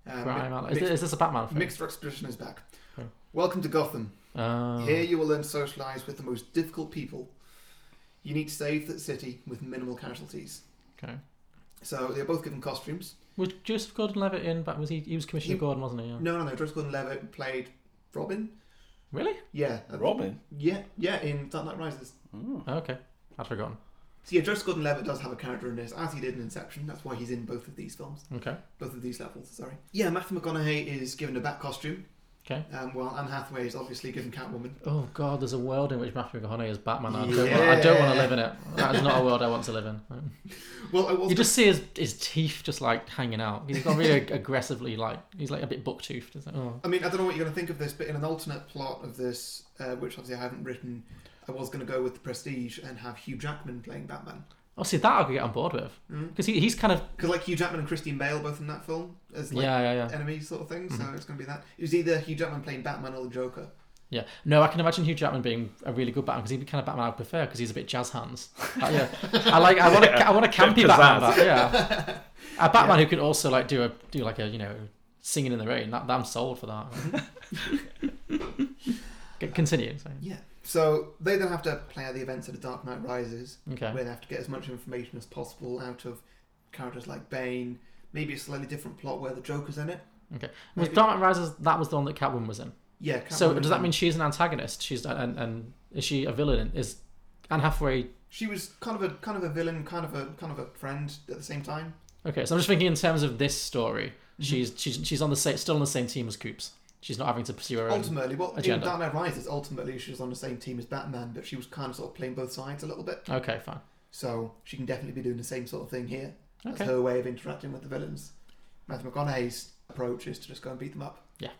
Um, Crime mi- Alley. Is, mixed- this, is this a Batman film? Mixed Expedition is back. Okay. Welcome to Gotham. Oh. Here you will learn to socialize with the most difficult people. You need to save the city with minimal casualties. Okay. So they're both given costumes. Was Joseph Gordon-Levitt in? Bat- Was he? He was Commissioner He- Gordon, wasn't he? Yeah. No, no, no. Driscoll and Levitt played Robin. Really? Yeah, uh, Robin. Yeah, yeah, in Dark Knight Rises. Oh, okay. I'd forgotten. So yeah, Joseph Gordon-Levitt does have a character in this, as he did in Inception. That's why he's in both of these films, Okay. both of these levels. Sorry. Yeah, Matthew McConaughey is given a bat costume, Okay. um, while Anne Hathaway is obviously given Catwoman. Oh God, there's a world in which Matthew McConaughey is Batman. I don't, want, I don't want to Yeah. live in it. That is not a world I want to live in. Well, I was You just see his, his teeth just like hanging out. He's not really ag- aggressively like he's like a bit buck toothed. Oh. I mean, I don't know what you're going to think of this, but in an alternate plot of this, uh, which obviously I haven't written, I was going to go with the Prestige and have Hugh Jackman playing Batman oh, see that I could get on board with because he, he's kind of because like Hugh Jackman and Christine Bale both in that film as like yeah Mm-hmm. yeah yeah enemies sort of thing. So it's going to be that. It was either Hugh Jackman playing Batman or the Joker. yeah. No, I can imagine Hugh Jackman being a really good Batman because he'd be kind of Batman I would prefer because he's a bit jazz hands. Uh, yeah, I like I want to I want a campy Bit Batman. pizzazz. Bat, yeah, a Batman who could also like do a do like a you know singing in the rain. That, I'm sold for that. C- Continue. sorry. Yeah. So they then have to play out the events of the Dark Knight Rises, Okay. where they have to get as much information as possible out of characters like Bane. Maybe a slightly different plot where the Joker's in it. Okay. Was Dark Knight Rises that was the one that Catwoman was in? Yeah. Catwoman So does that and- mean she's an antagonist? She's and, and is she a villain? Is Anne Hathaway? she was kind of a kind of a villain, kind of a kind of a friend at the same time? Okay, so I'm just thinking in terms of this story. Mm-hmm. She's she's she's on the same still on the same team as Coops. She's not having to pursue her own. ultimately, well, in agenda. Dark Knight Rises, ultimately she was on the same team as Batman, but she was kind of sort of playing both sides a little bit. Okay, fine. So she can definitely be doing the same sort of thing here. That's Okay. her way of interacting with the villains. Matthew McConaughey's approach is to just go and beat them up. Yeah.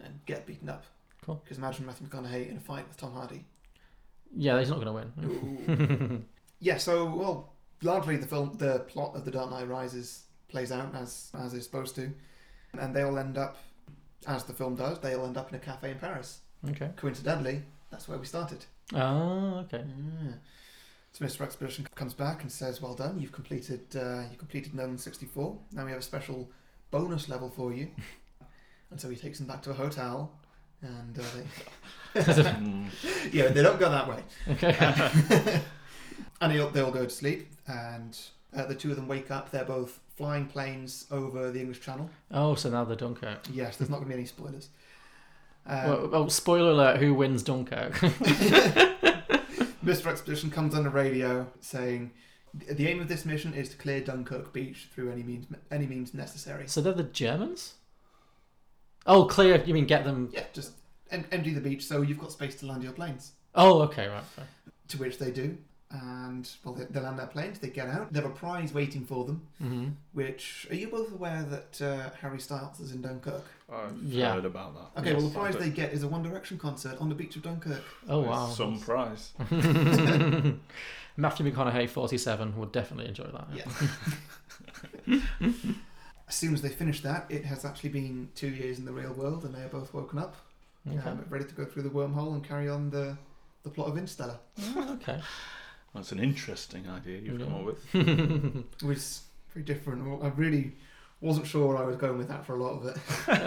And get beaten up. Cool. Because imagine Matthew McConaughey in a fight with Tom Hardy. Yeah, he's not going to win. yeah, so well, largely the film, the plot of The Dark Knight Rises plays out as as it's supposed to, and they'll end up, as the film does, they'll end up in a cafe in Paris. Okay. Coincidentally, that's where we started. Oh, okay. Ah. So Mr. Expedition comes back and says, "Well done, you've completed uh, you completed Nolan 64. Now we have a special bonus level for you." and so he takes them back to a hotel, and uh, they yeah, they don't go that way. Okay. And they all, they all go to sleep, and uh, the two of them wake up. They're both flying planes over the English Channel. oh, so now the Dunkirk. Yes, there's not going to be any spoilers. Um, well, well, spoiler alert: Who wins Dunkirk? Mr. Expedition comes on the radio saying, "The the aim of this mission is to clear Dunkirk Beach through any means any means necessary." so they're the Germans. Oh, clear. You mean get them? Yeah, just em- empty the beach so you've got space to land your planes. Oh, okay, right. right. To which they do, and well, they, they land their planes, they get out, they have a prize waiting for them. Mm-hmm. Which are you both aware that uh, Harry Styles is in Dunkirk? I've Yeah. heard about that. Okay, well the Yes. prize they get is a One Direction concert on the beach of Dunkirk. Oh wow. Some prize. Matthew McConaughey, 47, would definitely enjoy that. Yeah. as soon as they finish that, it has actually been two years in the real world, and they are both woken up, Okay. um, ready to go through the wormhole and carry on the the plot of Interstellar, okay. That's an interesting idea you've come up with. It was very different. I really wasn't sure I was going with that for a lot of it.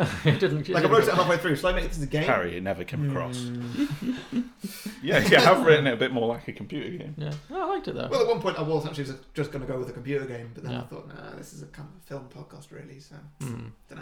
It didn't. Like I wrote it halfway through. Shall I make this a game? Harry, it never came across. Hmm. yeah, yeah, I've written it a bit more like a computer game. Yeah. No, I liked it though. Well, at one point I was actually just going to go with a computer game, but then I Yeah. Hmm. thought, nah, this is a kind of a film podcast, really. So don't know.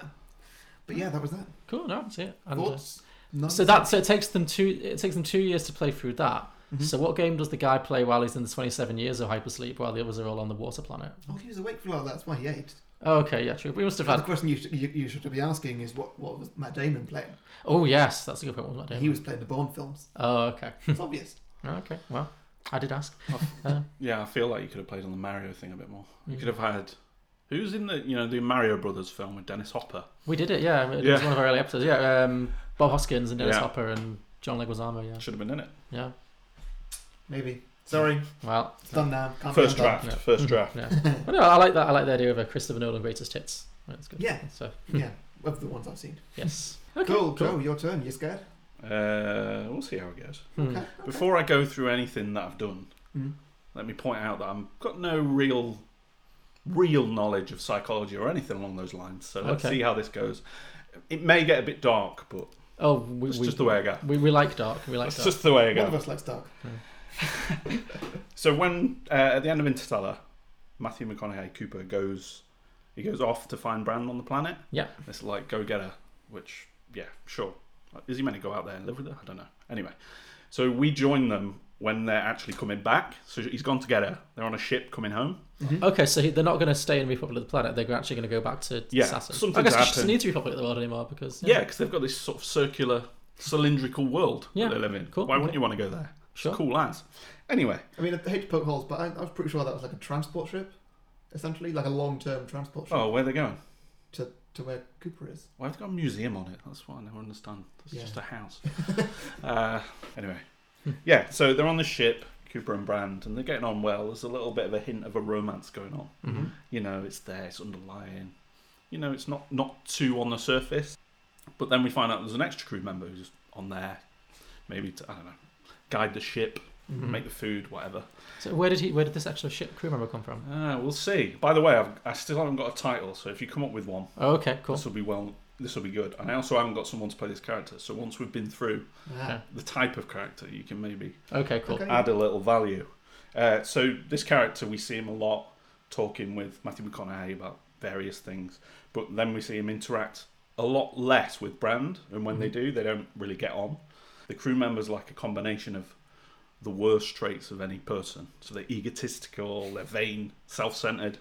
But yeah, that was that. cool. No, that's it. And, uh, Thoughts? None? so that so it takes them two. It takes them two years to play through that. Mm-hmm. So what game does the guy play while he's in the 27 years of hypersleep while the others are all on the water planet? Oh, he was awake for a while. That's why he ate. Oh, okay, yeah, true. We must have The had. question you should, you, you should be asking is what what was Matt Damon playing? Oh yes, that's a good point. What was that He was playing the Bourne films. Oh okay. It's obvious. okay. Well, I did ask. Yeah, I feel like you could have played on the Mario thing a bit more. Hmm. You could have had who's in the you know the Mario Brothers film with Dennis Hopper. We did it. Yeah, it was Yeah. one of our early episodes. Yeah, um, Bob Hoskins and Dennis Yeah. Hopper and John Leguizamo. Yeah, Should have been in it. yeah. Maybe. Sorry, Well, it's done now. Can't be First undone. draft. First draft. yeah. Hmm. But no, I like that. I like the idea of a Christopher Nolan greatest hits. That's good. Yeah. So Yeah, of the ones I've seen. yes. Okay. Cool, Joe, your turn. You scared? Uh, we'll see how it goes. Hmm. Okay. Before I go through anything that I've done, Mm. let me point out that I've got no real, real knowledge of psychology or anything along those lines. So let's Okay. see how this goes. It may get a bit dark, but Oh, we, it's we, just the way I go. we, we like dark. We like It's dark. just the way I One of go. us likes dark. So when uh, at the end of Interstellar, Matthew McConaughey Cooper goes, he goes off to find Brand on the planet. Yeah. It's like go get her, which yeah, sure. Is he meant to go out there and live with her? I don't know. Anyway, so we join them when they're actually coming back. So he's gone to get her. They're on a ship coming home. Okay, so he, they're not going to stay and repopulate the planet. They're actually going to go back to Yeah, Saturn. I something's guess she doesn't happened. need to repopulate the world anymore because Yeah, because they've got this sort of circular, cylindrical world Yeah, that they live in. cool, Why okay. wouldn't you want to go there? It's Sure. Cool lads. Anyway, I mean, I hate to poke holes, but I, I was pretty sure that was like a transport ship, essentially, like a long-term transport ship oh, where they're going? to, to where Cooper is. Why have they got a museum on it? That's what I never understand. It's Yeah. just a house. uh, anyway, yeah. So they're on the ship, Cooper and Brand, and they're getting on well. There's a little bit of a hint of a romance going on. Mm-hmm. You know, it's there. It's underlying. You know, it's not not too on the surface. But then we find out there's an extra crew member who's on there, maybe to I don't know, guide the ship, make the food, whatever. So where did he? Where did this extra ship crew member come from? Ah, we'll see. By the way, I've, I still haven't got a title, so if you come up with one, Oh, okay, cool. this will be well. This will be good. And I also haven't got someone to play this character, so once we've been through Ah. the type of character, you can maybe Okay, cool. Okay. add a little value. Uh, so this character, we see him a lot talking with Matthew McConaughey about various things, but then we see him interact a lot less with Brand, and when they do, they don't really get on. The crew members like a combination of the worst traits of any person. So they're egotistical, they're vain, self-centered,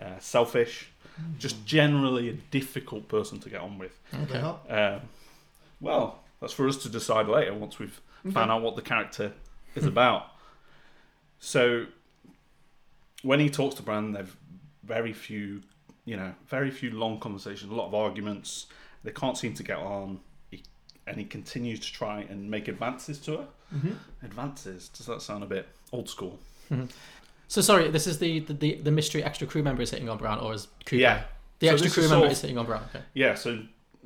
uh, selfish, just generally a difficult person to get on with. Okay. Um, well, that's for us to decide later once we've found out what the character is about. So, when he talks to Brand, they've very few, you know, very few long conversations, a lot of arguments. They can't seem to get on, he, and he continues to try and make advances to her. Advances? Does that sound a bit old school? So sorry, this is the the, the, the mystery extra crew member is hitting on Brown, or is Cooper? Yeah. The So extra this crew is member sort of- is hitting on Brown. Okay. Yeah. So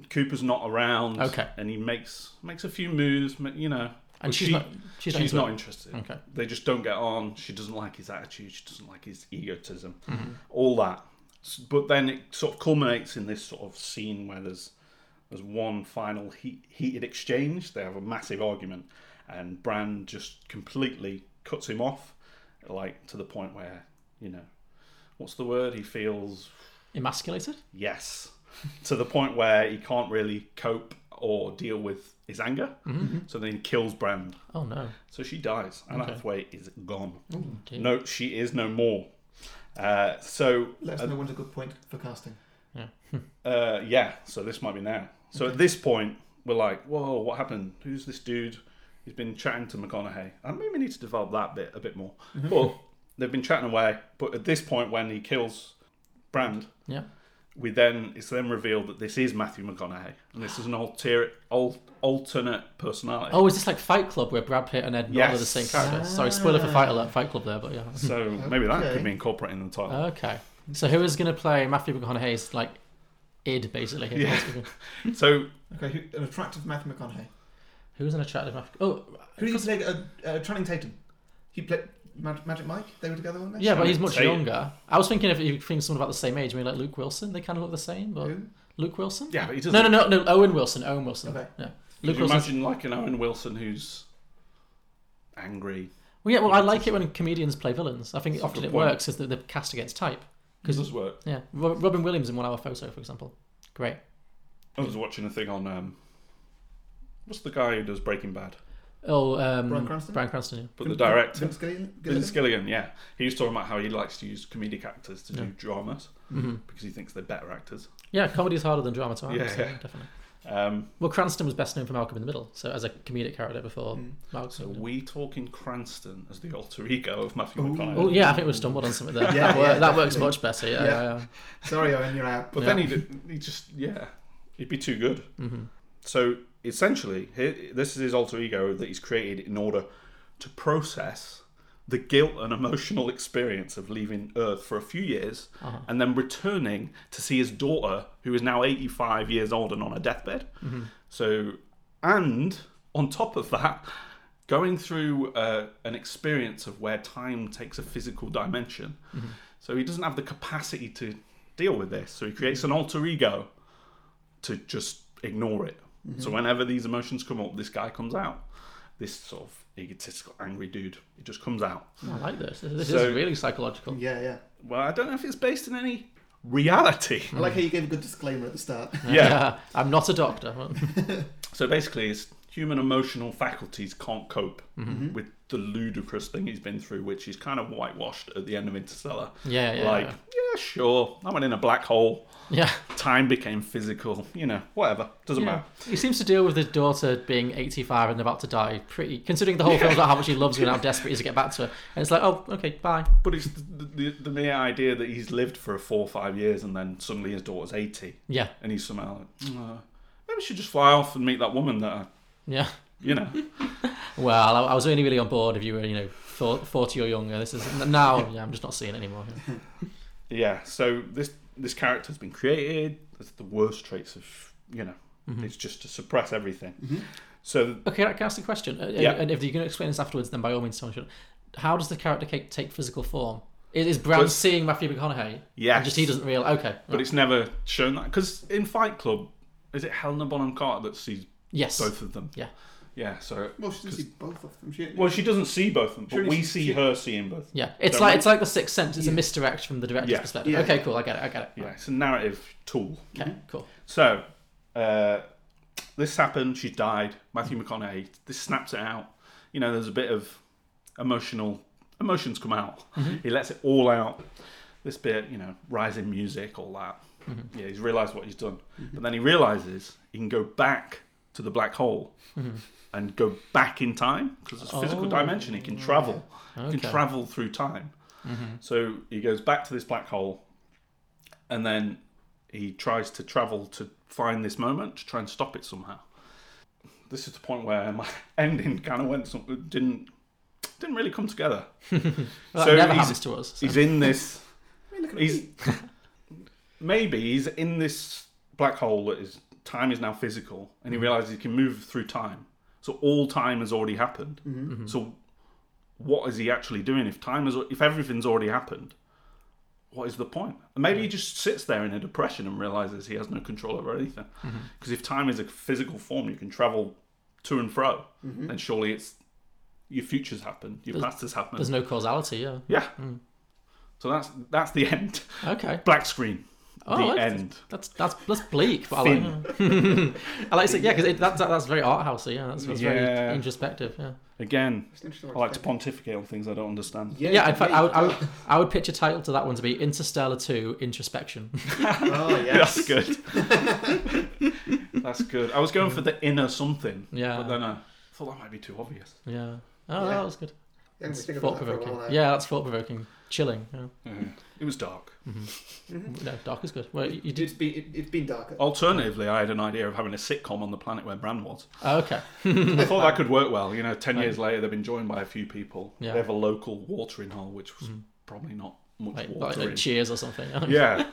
Cooper's not around. Okay. And he makes makes a few moves. ma- You know. And but she's she- not- she's not she's into not it. interested. Okay. They just don't get on. She doesn't like his attitude. She doesn't like his egotism. Mm-hmm. All that. S- But then it sort of culminates in this sort of scene where there's there's one final heat, heated exchange. They have a massive argument, and Brand just completely cuts him off, like to the point where you know, what's the word? He feels Emasculated. yes to the point where he can't really cope or deal with his anger so then he kills brand Oh no. so she dies anna hathaway is gone no she is no more uh, so Let us know when's a good point for casting. uh, yeah so this might be now so at this point we're like whoa what happened who's this dude He's been chatting to McConaughey. I maybe need to develop that bit a bit more. But they've been chatting away. But at this point, when he kills Brand, Yeah. we then it's then revealed that this is Matthew McConaughey, and this is an alter, al, alternate personality. Oh, is this like Fight Club where Brad Pitt and Ed Norton are the Yes. same character? Sorry, spoiler for Fight Alert, Fight Club there, but yeah. So maybe that Okay. could be incorporated in the title. Okay. So who is going to play Matthew McConaughey's like id basically? Yeah. Uh. so Okay, who, an attractive Matthew McConaughey. Who's an attractive Matthew? Oh, Who did he play? Uh, uh, Channing Tatum. He played Mag- Magic Mike. They were together on this. yeah, but he's much Tatum. younger. I was thinking if you think someone about the same age, I mean like Luke Wilson, they kind of look the same, but Who? Luke Wilson? yeah, but he doesn't. No, no, no, no. Owen Wilson. Owen Wilson. Okay. Yeah. Could Luke you Wilson. imagine like an Owen Wilson who's angry? Well, yeah. Well, I like it when comedians play villains. I think often good it point. works is that the cast against type. It does work. Yeah. Ro- Robin Williams in One Hour Photo, for example. Great. I was watching a thing on um, what's the guy who does Breaking Bad? Oh, um, Bryan Cranston? Bryan Cranston. Yeah. But the director, Vince Gilligan. Vince Gilligan. Yeah, he was talking about how he likes to use comedic actors to do dramas Mm-hmm. because he thinks they're better actors. Yeah, comedy's harder than drama to act, Yeah, so yeah. definitely. Um, Well, Cranston was best known for Malcolm in the Middle, so as a comedic character before Hmm. Malcolm. so we talking Cranston as the alter ego of Matthew McConaughey. Oh yeah, I think we stumbled on something there. Yeah, that, wor- yeah, that works much better. Yeah, Yeah. yeah, yeah. Sorry, Owen, you're out. But then he'd, he just, yeah, he'd be too good. So essentially, he, this is his alter ego that he's created in order to process the guilt and emotional experience of leaving Earth for a few years and then returning to see his daughter, who is now 85 years old and on her deathbed. So, and on top of that, going through uh, an experience of where time takes a physical dimension. So he doesn't have the capacity to deal with this. So he creates an alter ego to just ignore it. Mm-hmm. So whenever these emotions come up, this guy comes out. This sort of egotistical, angry dude. It just comes out. I like this. This this So- is really psychological. Yeah, yeah. Well, I don't know if it's based in any reality. I like how you gave a good disclaimer at the start. Yeah. I'm not a doctor. so basically, his human emotional faculties can't cope Mm-hmm. with the ludicrous thing he's been through, which is kind of whitewashed at the end of Interstellar. Yeah, yeah, Like, yeah. yeah, sure. I went in a black hole. yeah. Time became physical. You know, whatever. Doesn't Yeah. matter. He seems to deal with his daughter being 85 and about to die. Pretty, considering the whole film's about how much he loves her and how desperate he is to get back to her. And it's like, oh, okay, bye. But it's the, the, the mere idea that he's lived for four or five years and then suddenly his daughter's 80 Yeah, and he's somehow like, "Uh, maybe I should just fly off and meet that woman that, I, yeah. you know. Well, I, I was only really on board if you were, you know, four- 40 or younger. This is now. Yeah, I'm just not seeing it anymore. yeah, so this, this character's been created. That's the worst traits of, you know, it's just to suppress everything. So Okay, can I ask a question? Uh, Yeah. And if you're going to explain this afterwards, then by all means, tell me. How does the character take, take physical form? Is, is Brad Well, seeing Matthew McConaughey? Yes. And just he doesn't realize. Okay. But it's never shown that. Because in Fight Club, is it Helena Bonham Carter that sees yes. both of them? Yeah. Yeah, so. Well, Oh, she didn't see both of them. She, Well, she doesn't see both of them, but Surely we she- see she- her seeing both. Yeah. It's So like my- it's like the sixth sense. It's a misdirect from the director's Yeah. perspective. Yeah. Okay. Cool. I get it. I get it. Yeah, it's a narrative tool. Okay. Cool. So, uh, this happened. She died. Matthew McConaughey. This snaps it out. You know, there's a bit of emotional emotions come out. He lets it all out. This bit, you know, rising music, all that. Mm-hmm. Yeah, he's realised what he's done. But then he realises he can go back to the black hole Mm-hmm. and go back in time because it's a physical dimension. He can travel. Oh, Okay. He Mm-hmm. can travel through time. So he goes back to this black hole, and then he tries to travel to find this moment to try and stop it somehow. This is the point where my ending kind of went some, didn't didn't really come together. Well, So that never he's- happens to us. so- He's in this. he's maybe he's in this black hole that is time is now physical, and he realizes he can move through time. So all time has already happened. So what is he actually doing if time is if everything's already happened? What is the point? And maybe he just sits there in a depression and realizes he has no control over anything. Because if time is a physical form, you can travel to and fro. Then surely it's your future's happened, your past has happened. There's no causality. Yeah. Yeah. So that's that's the end. Hmm. Okay. Black screen. Oh, the that's- end. That's that's that's bleak. But I like, Thin. I like it. Yeah, because that, that, that's very art housey. Yeah. That's, that's Yeah. very introspective. Yeah. Again, interesting I like to pontificate on things I don't understand. Yeah, in fact, I would, I would, I would pitch a title to that one to be Interstellar 2 Introspection. Oh, yes. That's good. that's good. I was going for the inner something. Yeah. But then I thought that might be too obvious. Yeah. Oh, Yeah. that was good. Yeah, we That's think about that for a thought-provoking. while eh? there. yeah, that's thought provoking. Chilling. Yeah. It was dark. Mm-hmm. No, dark is good. Well, you did. It's been, it, it's been darker. Alternatively, I had an idea of having a sitcom on the planet where Bran was. Oh, okay. I thought that could work well. You know, 10 years later, they've been joined by a few people. Yeah. Mm. They have a local watering hole, which was probably not much Like, like, water like in. Cheers or something. yeah.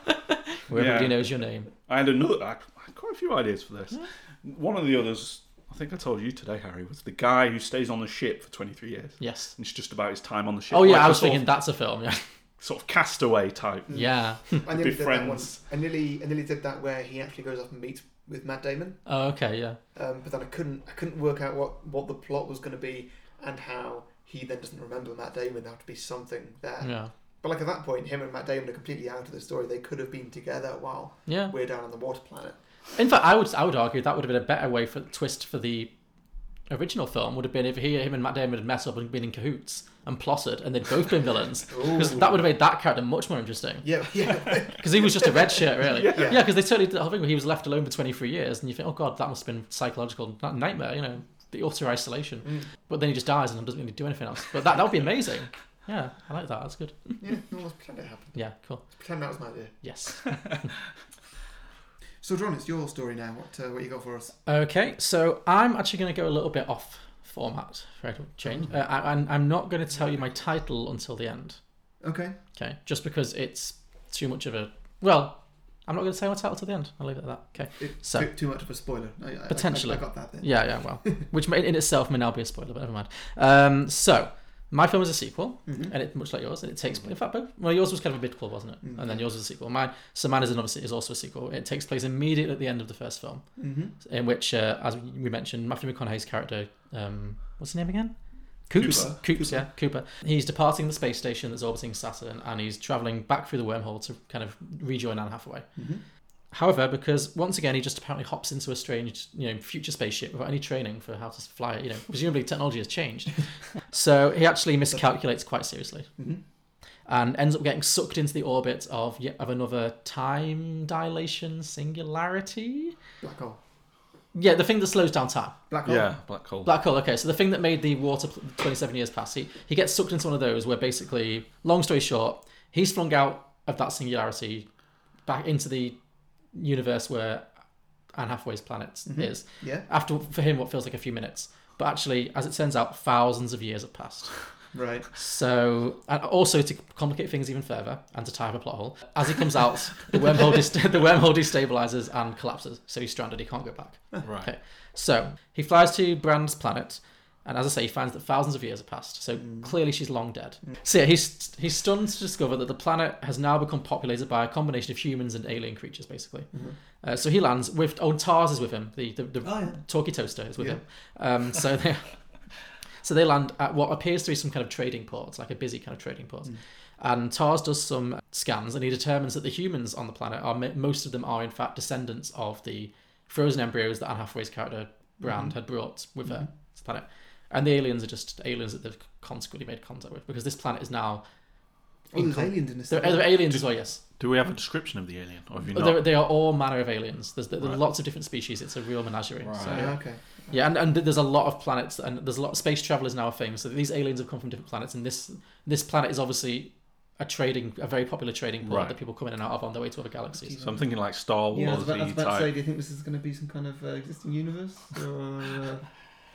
Where everybody yeah. knows your name. I had another, I had quite a few ideas for this. One of the others, I think I told you today, Harry, was the guy who stays on the ship for 23 years. Yes. And it's just about his time on the ship. Oh yeah, Like I a was sort thinking of- that's a film. Yeah. Sort of castaway type. Yeah. I nearly be did that one. friends. I nearly, I nearly did that where he actually goes off and meets with Matt Damon, oh, okay. Yeah. um, but then I couldn't, I couldn't work out what, what the plot was going to be and how he then doesn't remember Matt Damon. There had to be something there. Yeah. But like at that point, him and Matt Damon are completely out of the story. They could have been together while Yeah. we're down on the water planet. In fact, I would I would argue that would have been a better way for twist for the original film would have been if he, him and Matt Damon had messed up and been in cahoots and plotted and they'd both been villains because that would have made that character much more interesting Yeah, yeah. because he was just a red shirt really yeah because Yeah. they totally did the whole thing where he was left alone for 23 years and you think oh god that must have been psychological n- nightmare you know the utter isolation but then he just dies and doesn't really do anything else but that that would be amazing yeah I like that that's good yeah, no, let's pretend it happened. yeah cool Pretend that was my idea. yes So, John, it's your story now. What, uh, what you got for us? Okay, so I'm actually going to go a little bit off format for a change. Uh, I, I'm, I'm not going to tell you my title until the end. Okay. Okay, just because it's too much of a. Well, I'm not going to say my title till the end. I'll leave it at that. Okay. It- So- too, too much of a spoiler. I- I, Potentially. I, I got that then. Yeah, yeah, well. Which may, in itself may now be a spoiler, but never mind. Um, so, my film is a sequel, and it much like yours, and it takes place. In fact, both, well, yours was kind of a prequel, wasn't it? And then yours was a sequel. Mine, so mine is another se- is also a sequel. It takes place immediately at the end of the first film, mm-hmm. in which, uh, as we mentioned, Matthew McConaughey's character, um, what's his name again? Coops, Cooper. Coops, yeah, Cooper. He's departing the space station that's orbiting Saturn, and he's traveling back through the wormhole to kind of rejoin Anne Hathaway. However, because once again he just apparently hops into a strange, you know, future spaceship without any training for how to fly it. You know, presumably technology has changed, so he actually miscalculates quite seriously, and ends up getting sucked into the orbit of yet of another time dilation singularity. Black hole. Yeah, the thing that slows down time. Black hole. Yeah, black hole. Black hole. Okay, so the thing that made the water pl- 27 years pass, he, he gets sucked into one of those where basically, long story short, he's flung out of that singularity back into the universe where Anne Hathaway's planet is. Yeah. After for him, what feels like a few minutes, but actually, as it turns out, thousands of years have passed. Right. So, and also to complicate things even further and to tie up a plot hole, as he comes out, the wormhole dis- the wormhole destabilizes and collapses, so he's stranded. He can't go back. Right. Okay. So he flies to Brand's planet, and as I say, he finds that thousands of years have passed. So clearly, she's long dead. So yeah, he's he's stunned to discover that the planet has now become populated by a combination of humans and alien creatures, basically. Uh, so he lands with oh, Tars is with him. The the, the yeah. talkie toaster is with him. Um, so they so they land at what appears to be some kind of trading port, like a busy kind of trading port. And Tars does some scans, and he determines that the humans on the planet are most of them are in fact descendants of the frozen embryos that Anne Hathaway's character Brand had brought with her to the planet. And the aliens are just aliens that they've consequently made contact with because this planet is now Oh, there's aliens in this. there are, thing. there are aliens as well. Yes, Do we have a description of the alien? Or have you Oh, There- not? they are all manner of aliens. There's, there are lots of different species. It's a real menagerie. So, Yeah, okay. yeah, and, and there's a lot of planets, and there's a lot. Space travel is now a thing. So these aliens have come from different planets, and this this planet is obviously a trading, a very popular trading port Right. that people come in and out of on their way to other galaxies. So I'm thinking like Star Wars Yeah, I was about, I was about to say, type. do you think this is going to be some kind of uh, existing universe, or uh,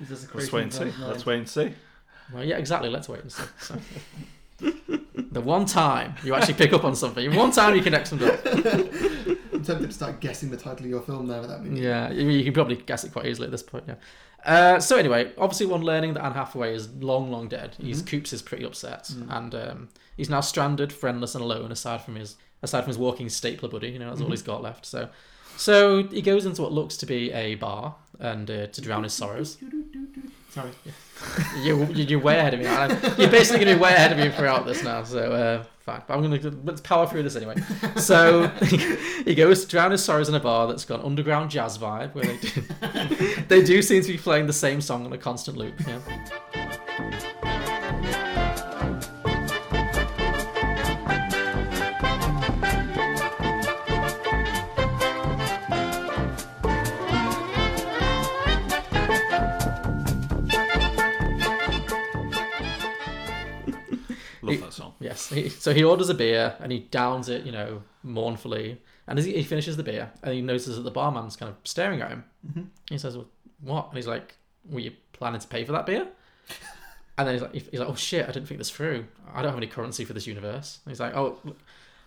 is this a creation? Let's wait of and see. God's mind? Let's wait and see. Well, yeah, exactly. Let's wait and see. So. the one time you actually pick up on something, one time you connect some dots. I'm tempted to start guessing the title of your film now. That would be Yeah, you you can probably guess it quite easily at this point. Yeah. Uh, so anyway, obviously, one learning that Anne Hathaway is long, long dead. He's Coops is pretty upset, and um, he's now stranded, friendless, and alone. Aside from his aside from his walking stapler buddy, you know, that's all he's got left. So, so he goes into what looks to be a bar and uh, to drown his sorrows. sorry. You, you you're way ahead of me. Alan. You're basically going to be way ahead of me throughout this now. So uh, fine, but I'm going to let's power through this anyway. So he goes to drown his sorrows in a bar that's got an underground jazz vibe where they do, they do seem to be playing the same song on a constant loop. Yeah. Yes. He, so he orders a beer and he downs it, you know, mournfully. And as he, he finishes the beer, and he notices that the barman's kind of staring at him. Mm-hmm. He says, well, "What?" And he's like, "Were you planning to pay for that beer?" And then he's like, he's like, "Oh shit, I didn't think this through. I don't have any currency for this universe." And he's like, "Oh, look,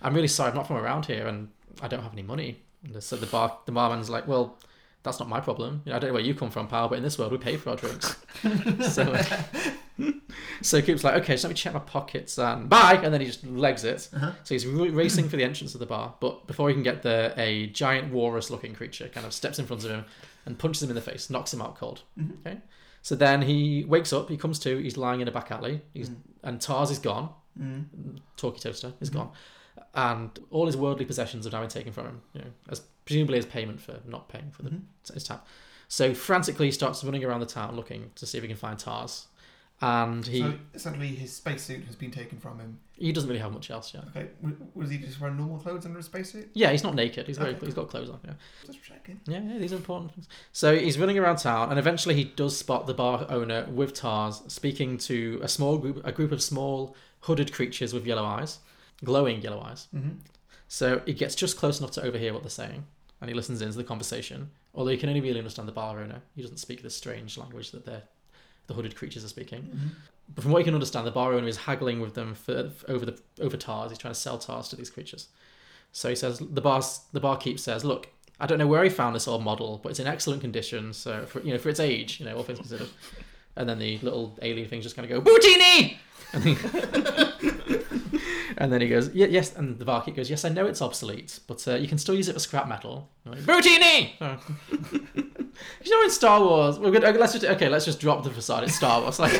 I'm really sorry. I'm not from around here, and I don't have any money." And so the bar, the barman's like, "Well." That's not my problem. You know, I don't know where you come from, pal, but in this world, we pay for our drinks. so, uh, so Coop's like, okay, so let me check my pockets and bye, and then he just legs it. So he's r- racing for the entrance of the bar, but before he can get there, a giant walrus-looking creature kind of steps in front of him and punches him in the face, knocks him out cold. Okay, so then he wakes up, he comes to, he's lying in a back alley, he's and Tars is gone, Talkie Toaster is gone, and all his worldly possessions have now been taken from him, you know, as presumably as payment for not paying for the, his tab. So frantically, he starts running around the town looking to see if he can find Tars. And he So suddenly his spacesuit has been taken from him. he doesn't really have much else yet. Okay, w- was he just wearing normal clothes under his spacesuit? Yeah, he's not naked. He's very, he's got clothes on. Yeah. Just checking. yeah, yeah, these are important things. So he's running around town, and eventually he does spot the bar owner with Tars speaking to a small group, a group of small hooded creatures with yellow eyes, glowing yellow eyes. Mm-hmm. So he gets just close enough to overhear what they're saying, and he listens into the conversation. Although he can only really understand the bar owner, he doesn't speak the strange language that they're, the hooded creatures are speaking. But from what you can understand, the bar owner is haggling with them for, for- over the over Tars. He's trying to sell Tars to these creatures. So he says the bar the barkeep says, "Look, I don't know where he found this old model, but it's in excellent condition. So for you know for its age, you know all things considered." And then the little alien things just kind of go Boutini, and, he- and then he goes, "Ye- "Yes." And the barkeep goes, "Yes, I know it's obsolete, but uh, you can still use it for scrap metal." And I'm Like, Boutini. Oh. you know in Star Wars, we're good. Okay, let's just okay, let's just drop the facade. It's Star Wars. Like,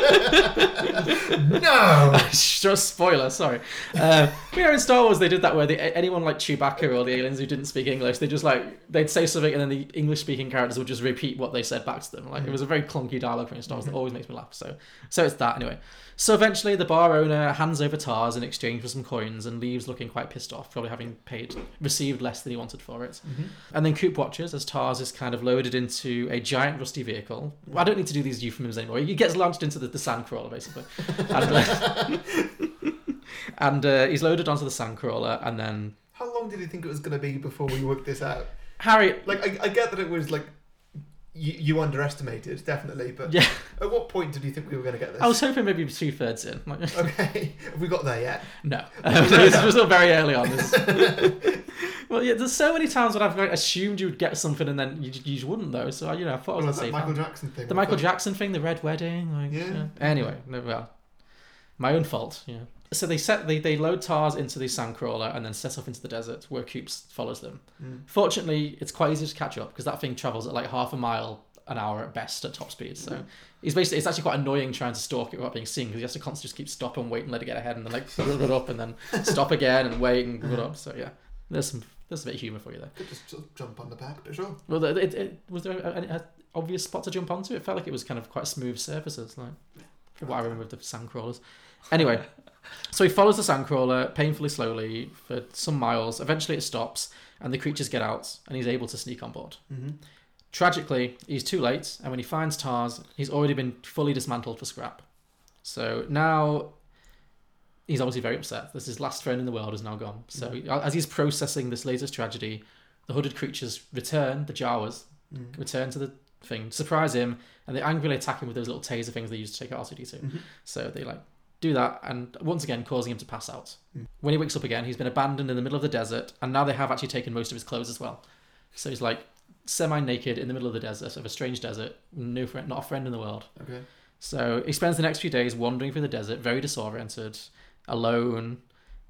No! Sure, spoiler, sorry. Uh, you know, in Star Wars, they did that where the, anyone like Chewbacca or the aliens who didn't speak English, they just like they'd say something and then the English-speaking characters would just repeat what they said back to them. Like it was a very clunky dialogue from Star Wars that always makes me laugh. So, so it's that anyway. So eventually, the bar owner hands over Tars in exchange for some coins and leaves looking quite pissed off, probably having paid received less than he wanted for it. And then Coop watches as Tars is kind of loaded into a giant rusty vehicle. I don't need to do these euphemisms anymore. He gets launched into the, the sandcrawler basically. And, uh, and uh, he's loaded onto the sandcrawler, and then How long did he think it was going to be before we worked this out? Harry, Like, I, I get that it was like. You, you underestimated, definitely, but Yeah. at what point did you think we were going to get this? I was hoping maybe two thirds in. Like, Oh. Okay, have we got there yet? No, this was still very early on. This- well, yeah, there's so many times when I've like, assumed you'd get something and then you, you wouldn't though. So you know, I thought I Well, that was on safe Michael ground. Jackson thing. I the Michael thought- Jackson thing, the Red Wedding. Like, Yeah. yeah. Anyway, no, well, my own fault. Yeah. So they set they, they load Tars into the sandcrawler and then set off into the desert where Coops follows them. Fortunately, it's quite easy to catch up because that thing travels at like half a mile an hour at best at top speed. So he's basically it's actually quite annoying trying to stalk it without being seen because he has to constantly just keep stop and wait and let it get ahead and then like run run up and then stop again and wait and run up. So yeah, there's some there's a bit of humor for you there. Could just sort of jump on the back, but sure. Well, it, it, it, was there an an obvious spot to jump onto? It felt like it was kind of quite smooth surfaces, like from what I remember of the sand crawlers. Anyway, so he follows the sandcrawler painfully slowly for some miles. Eventually, it stops, and the creatures get out, and he's able to sneak on board. Tragically, he's too late, and when he finds Tars, he's already been fully dismantled for scrap. So now he's obviously very upset. This his last friend in the world is now gone. So as he's processing this latest tragedy, the hooded creatures return, the Jawas return to the thing, surprise him, and they angrily attack him with those little taser things they use to take out R2D2. So they like do that, and once again causing him to pass out. When he wakes up again, he's been abandoned in the middle of the desert, and now they have actually taken most of his clothes as well. So he's like semi-naked in the middle of the desert of a strange desert, no friend, not a friend in the world. Okay. So he spends the next few days wandering through the desert, very disoriented, alone,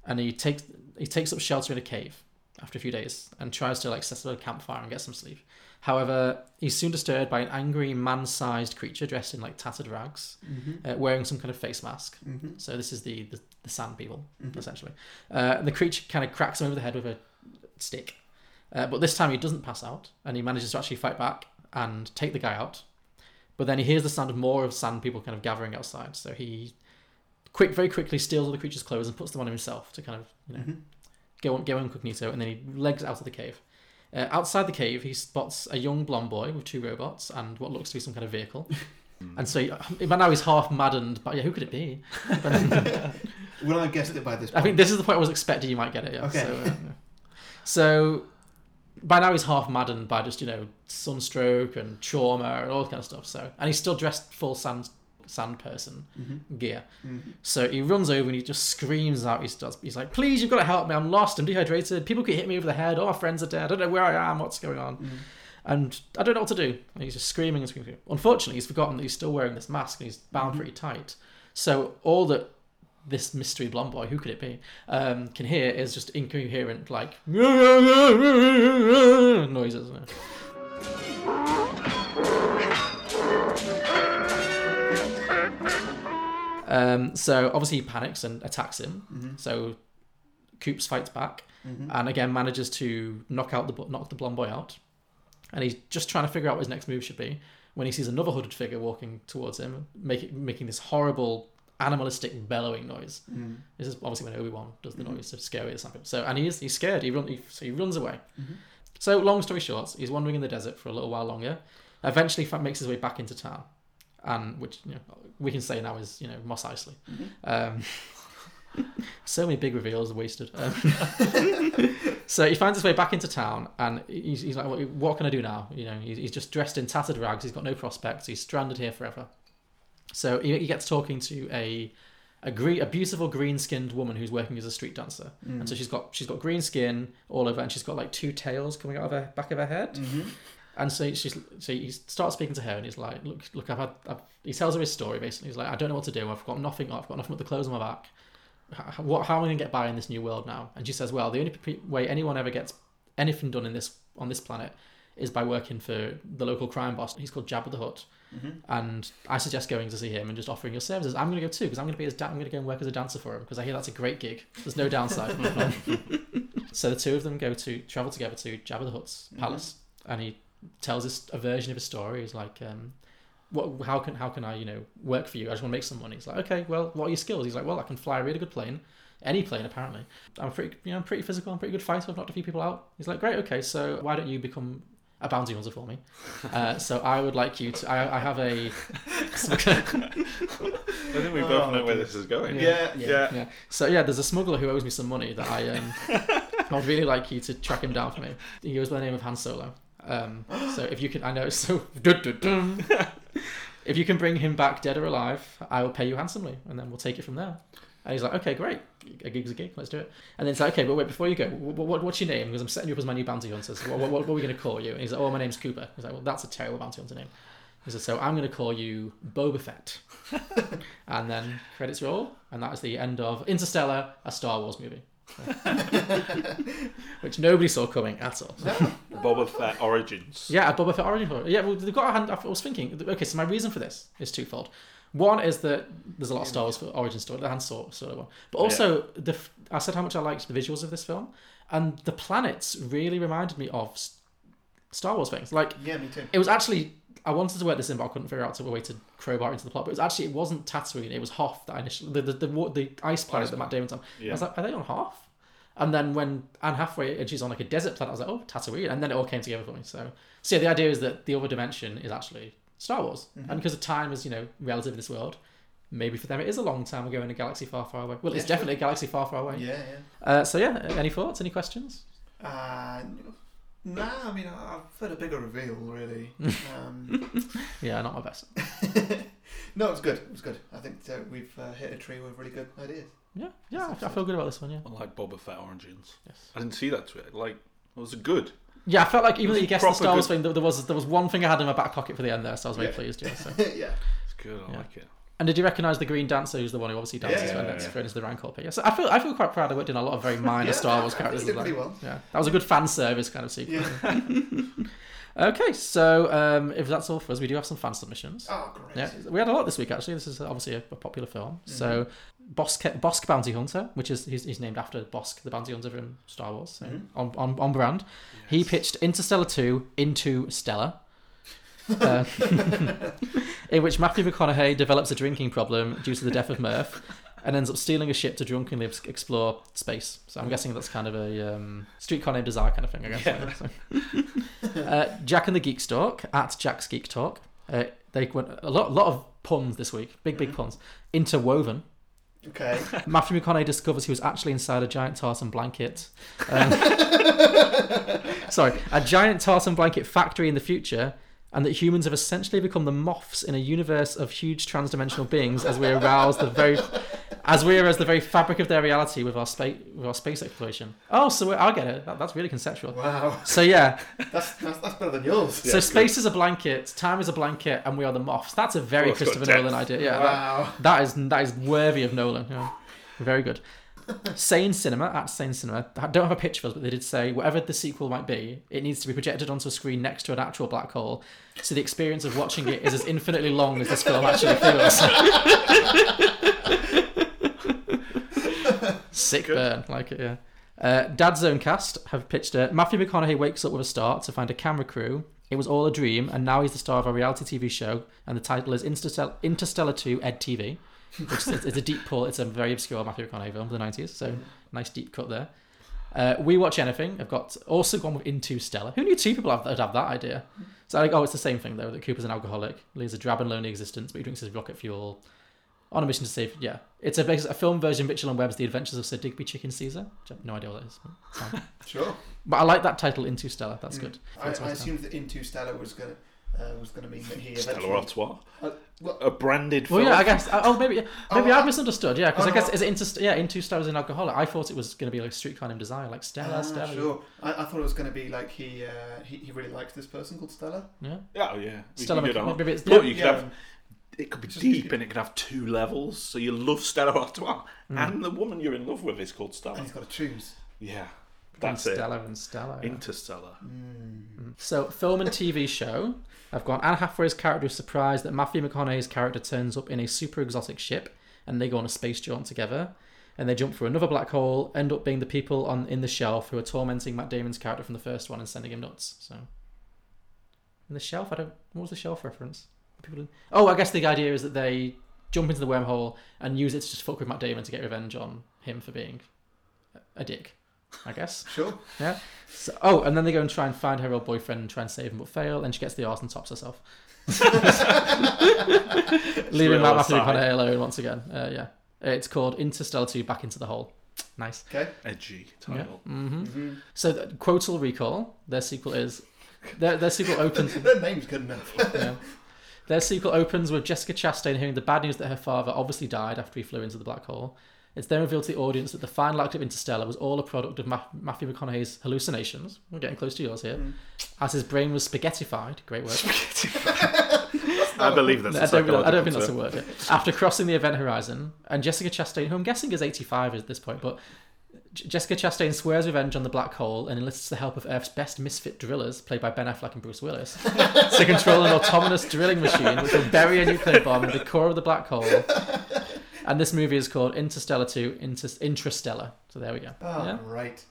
and he takes he takes up shelter in a cave after a few days and tries to like set up a campfire and get some sleep. However, he's soon disturbed by an angry man-sized creature dressed in like tattered rags, uh, wearing some kind of face mask. So this is the the, the sand people essentially. Uh, and the creature kind of cracks him over the head with a stick, uh, but this time he doesn't pass out and he manages to actually fight back and take the guy out. But then he hears the sound of more of sand people kind of gathering outside. So he quick, very quickly steals all the creature's clothes and puts them on himself to kind of you know go on, go incognito, and then he legs out of the cave. Uh, outside the cave, he spots a young blonde boy with two robots and what looks to be some kind uh, of vehicle. and so he, by now he's half maddened. But yeah, who could it be? Well, I guessed it by this I point. think this is the point I was expecting you might get it. Yeah. Okay. So, uh, yeah. so by now he's half maddened by just you know sunstroke and trauma and all that kind of stuff. So and he's still dressed full sand sand person Mm-hmm. gear. So he runs over and he just screams out. He starts, he's like, "Please, you've got to help me! I'm lost. I'm dehydrated. People could hit me over the head. All my friends are dead. I don't know where I am. What's going on?" Mm-hmm. And I don't know what to do. And he's just screaming and screaming. Unfortunately, he's forgotten that he's still wearing this mask and he's bound Mm-hmm. pretty tight. So all that this mystery blonde boy, who could it be, um, can hear is just incoherent, like, noises. Um, so obviously he panics and attacks him. So Coops fights back and again manages to knock out the bu- knock the blonde boy out. And he's just trying to figure out what his next move should be when he sees another hooded figure walking towards him, making making this horrible animalistic bellowing noise. This is obviously when Obi Wan does the noise to scare away the sandpit. So and he is he's scared. He run he, so he runs away. So long story short, he's wandering in the desert for a little while longer. Eventually, fa- makes his way back into town, and which you know we can say now is you know Moss Eisley. Um, so many big reveals wasted. Um, so he finds his way back into town, and he's, he's like, "What- "What can I do now?" You know, he's, he's just dressed in tattered rags. He's got no prospects. He's stranded here forever. So he, he gets talking to a a, green, a beautiful green-skinned woman who's working as a street dancer, and so she's got she's got green skin all over, and she's got like two tails coming out of her back of her head. And so she's so he starts speaking to her, and he's like, "Look, look, I've had." I've, he tells her his story basically. He's like, "I don't know what to do. I've got nothing. I've got nothing but the clothes on my back. How, what, how am I going to get by in this new world now?" And she says, "Well, the only p- way anyone ever gets anything done in this on this planet is by working for the local crime boss. He's called Jabba the Hutt." And I suggest going to see him and just offering your services. I'm going to go too because I'm going to be his da- I'm going to go and work as a dancer for him because I hear that's a great gig. There's no downside. So the two of them go to travel together to Jabba the Hutt's palace, and he tells us a version of his story. He's like, um, "What? How can how can I you know work for you? I just want to make some money." He's like, "Okay, well, what are your skills?" He's like, "Well, I can fly a really good plane, any plane apparently. I'm pretty you know I'm pretty physical. I'm a pretty good fighter. I've knocked a few people out." He's like, "Great, okay, so why don't you become?" A bounty hunter for me, uh, so I would like you to. I, I have a I think we both know where this is going. Yeah, yeah. yeah. So yeah, there's a smuggler who owes me some money that I um, I'd really like you to track him down for me. He goes by the name of Han Solo. Um, so if you can, I know. So dun, dun, dun. if you can bring him back dead or alive, I will pay you handsomely, and then we'll take it from there. And he's like, okay, great, a gig's a gig, let's do it. And then it's like, okay, but wait, before you go, what, what, what's your name? Because I'm setting you up as my new bounty hunter. So what, what, what are we going to call you? And he's like, oh, my name's Cooper. He's like, well, that's a terrible bounty hunter name. He said, so I'm going to call you Boba Fett. and then credits roll, and that is the end of Interstellar, a Star Wars movie, which nobody saw coming at all. Boba Fett Origins. Yeah, a Boba Fett origin story. Yeah, well, they've got a hand. I was thinking. Okay, so my reason for this is twofold. One is that there's a lot of Star Wars for origin story, the Han Solo Solo one, but also the f- I said how much I liked the visuals of this film, and the planets really reminded me of S- Star Wars things. Like Yeah, me too. it was actually I wanted to work this in, but I couldn't figure out a way to crowbar into the plot. But it was actually it wasn't Tatooine; it was Hoth that I initially the the the, wa- the ice planet that Matt Damon's on. I was like, are they on Hoth? And then when Anne halfway and she's on like a desert planet, I was like, oh, Tatooine, and then it all came together for me. So, so yeah, the idea is that the other dimension is actually Star Wars, Mm-hmm. and because of time is you know relative in this world. Maybe for them it is a long time ago in a galaxy far, far away. Well, it's definitely a galaxy far, far away. Yeah, yeah. Uh, so yeah, any thoughts? Any questions? Uh, nah, I mean, I- I've had a bigger reveal, really. Um, Yeah, not my best. no, it was good. It was good. I think uh, we've uh, hit a tree with really good ideas. Yeah, yeah, I, I feel good about this one. Yeah. I like Boba Fett Origins. Yes. I didn't see that to it. Like, it was good. Yeah, I felt like even though was you a guessed the proper Star Wars good- thing, there, there was there was one thing I had in my back pocket for the end there, so I was very pleased. Yeah. So. yeah. It's good. I like it. And did you recognise the Green Dancer, who's the one who obviously dances Yeah, when yeah, it's yeah. thrown into the Rancor pit? Yeah, so I feel I feel quite proud. I worked in a lot of very minor Yeah, Star Wars I think characters. you did like- pretty well. Yeah, that was a good fan service kind of sequence. Yeah. Okay, so um, if that's all for us, we do have some fan submissions. Oh, great. Yeah, we had a lot this week actually. This is obviously a, a popular film. So, Bosk, Bosk Bounty Hunter, which is he's, he's named after Bosk, the bounty hunter from Star Wars, so on, on on brand. He pitched Interstellar two into Stella, uh, in which Matthew McConaughey develops a drinking problem due to the death of Murph, and ends up stealing a ship to drunkenly ex- explore space. So I'm guessing that's kind of a um, streetcar named Desire kind of thing. I guess. So- uh, Jack and the Geek Talk at Jack's Geek Talk. Uh, they went a lot, lot of puns this week. Big, big puns. Interwoven. Okay. Matthew McConaughey discovers he was actually inside a giant tartan blanket. Um, sorry, a giant tartan blanket factory in the future, and that humans have essentially become the moths in a universe of huge transdimensional beings as we arouse the very. As we arouse the very fabric of their reality with our space with our space exploration. Oh, so I get it. That, that's really conceptual. Wow. So yeah, That's, that's, that's better than yours. so space is a blanket, time is a blanket, and we are the moths. That's a very Oh, it's got Christopher depth. Nolan idea. Yeah, Wow. that- that is that is worthy of Nolan. Yeah. Very good. Sane Cinema at Sane Cinema. I don't have a picture for us, but they did say whatever the sequel might be, it needs to be projected onto a screen next to an actual black hole, so the experience of watching it is as infinitely long as this film actually feels. Sick burn, like it, yeah. Uh, Dad Zone Cast have pitched a Matthew McConaughey wakes up with a start to find a camera crew. It was all a dream, and now he's the star of a reality TV show, and the title is Interstellar, Interstellar 2 Ed TV. Which is, it's a deep pull. It's a very obscure Matthew McConaughey film from the 90s, so nice deep cut there. Uh, we Watch Anything have got also gone with Into Stella. Who knew two people have, that have that idea? So, like, oh, it's the same thing, though, that Cooper's an alcoholic, leads a drab and lonely existence, but he drinks his rocket fuel on a mission to save. Yeah, it's a, bas- a film version of Mitchell and Webb's The Adventures of Sir Digby Chicken Caesar. Which I have no idea what that is. Sure. But I like that title, Into Stella. That's good. Mm. I, I assumed that Into Stella was going to uh, was going to mean that he Stella eventually- Artois. Uh, well, A branded Well, film. yeah, I guess. Oh, maybe, maybe Oh, I I- misunderstood. Yeah, because Oh, I guess no. is it into yeah into Stella as an alcoholic. I thought it was going to be like Streetcar Named Desire, like Stella, ah, Stella. sure. I, I thought it was going to be like he, uh, he he really likes this person called Stella. Yeah. Yeah, oh, yeah. You Stella can do McCartney, that. maybe it's- Look, you yeah. could have. It could be deep, and it could have two levels. So you love Stella Artois, Mm. and the woman you're in love with is called And Stella. he's got to choose. Yeah, that's it. Stella and Stella. yeah. Interstellar. Mm. So, film and TV show. I've got Anne Hathaway's character is surprised that Matthew McConaughey's character turns up in a super exotic ship, and they go on a space jaunt together, and they jump through another black hole, end up being the people on in the shelf who are tormenting Matt Damon's character from the first one and sending him nuts. So, in the shelf, I don't. What was the shelf reference? People. In, oh, I guess the idea is that they jump into the wormhole and use it to just fuck with Matt Damon to get revenge on him for being a- a dick. I guess. Sure. Yeah. So, oh, and then they go and try and find her old boyfriend and try and save him, but fail. And she gets the arse and tops herself, leaving Real Matt Matthew aside. McConaughey alone once again. Uh, yeah, it's called Interstellar Two: Back into the Hole. Nice. Okay. Edgy title. Mm. So, the, Quotal Recall. Their sequel is their, their sequel opens. Their name's good enough. yeah. Their sequel opens with Jessica Chastain hearing the bad news that her father obviously died after he flew into the black hole. It's then revealed to the audience that the final act of Interstellar was all a product of Ma- Matthew McConaughey's hallucinations. We're getting close to yours here. As his brain was spaghettified, great word. Oh, I believe that's. I a don't, really- I don't think that's a psychological word. yeah. After crossing the event horizon, and Jessica Chastain, who I'm guessing is 85 at this point, but J- Jessica Chastain swears revenge on the black hole and enlists the help of Earth's best misfit drillers, played by Ben Affleck and Bruce Willis, to control an autonomous drilling machine which will bury a nuclear bomb in the core of the black hole. And this movie is called Interstellar 2 Inter- Intrastellar. So there we go. Ah, Yeah. right.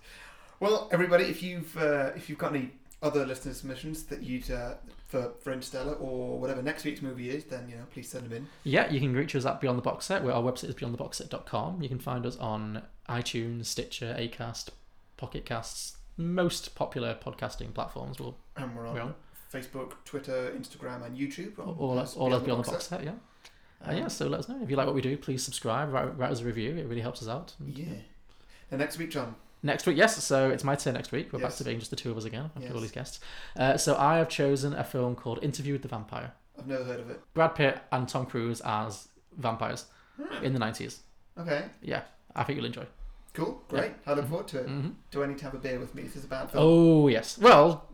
Well, everybody, if you've uh, if you've got any other listener submissions that you'd uh, for for Interstellar or whatever next week's movie is, then you know please send them in. Yeah, you can reach us at Beyond the Box Set, where our website is beyondtheboxset.com. You can find us on iTunes, Stitcher, Acast, Pocket Casts, most popular podcasting platforms. We'll And we're on Well. Facebook, Twitter, Instagram, and YouTube. We're on- all that's us all us Beyond the Box Box Set. Set, yeah. Uh, yeah, so let us know if you like what we do. Please subscribe, write, write us a review. It really helps us out. And Yeah. And next week, John. Next week, yes. So it's my turn next week. We're back Yes. to being just the two of us again after Yes. all these guests. Uh, so I have chosen a film called Interview with the Vampire. I've never heard of it. Brad Pitt and Tom Cruise as vampires in the nineties. Okay. Yeah, I think you'll enjoy. Cool. Great. I look forward to it. Do I need to have a beer with me? This is a bad film. Mm-hmm. Oh yes. Well,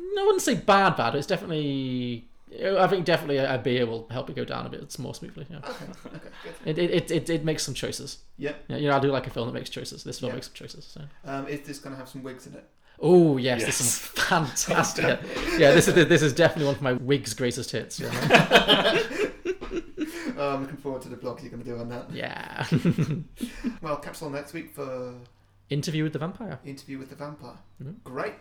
no, I wouldn't say bad, bad. It's definitely. I think definitely a a beer will help it go down a bit more smoothly. Yeah. Okay. Good. It, it, it, it, it makes some choices. Yep. Yeah, you know, I do like a film that makes choices. This film Yeah. makes some choices. So. Um, is this going to have some wigs in it? Oh yes, this is fantastic. yeah. Yeah, this is this is definitely one of my wig's greatest hits. Yeah. Oh, I'm looking forward to the blogs you're going to do on that. yeah. Well, catch us all next week for Interview with the Vampire. Interview with the Vampire. Great.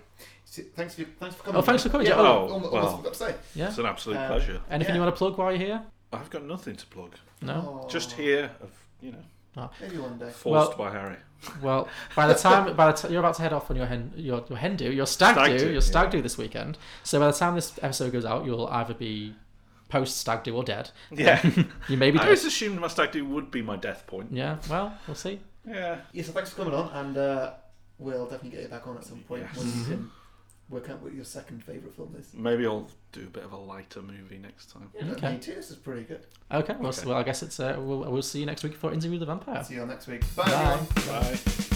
So, thanks for thanks for coming. Mm-hmm. Oh, thanks for coming. Yeah, Jack. oh, almost, almost well. forgot to say. yeah. It's an absolute Uh, pleasure. Anything yeah. you Oh, want to plug while you're here? I've got nothing to plug. No. Just here, of you know, Maybe one day. Well- forced by Harry. Well, by the time by the t- you're about to head off on your hen your, your hen do your stag, Stag do do, your stag yeah. do this weekend. So by the time this episode goes out, you'll either be post stag do or dead. Yeah. you may be I dead. always assumed my stag do would be my death point. Yeah, well, we'll see. Yeah. Yeah, so thanks for coming on, and uh, we'll definitely get you back on at some point Yes. when you can work out what your second favourite film is. Maybe I'll do a bit of a lighter movie next time. Yeah, Okay. Me too. This is pretty good. Okay, well, well I guess it's uh, we'll, we'll see you next week for Interview with the Vampire. See you all next week. Bye. everyone. Bye.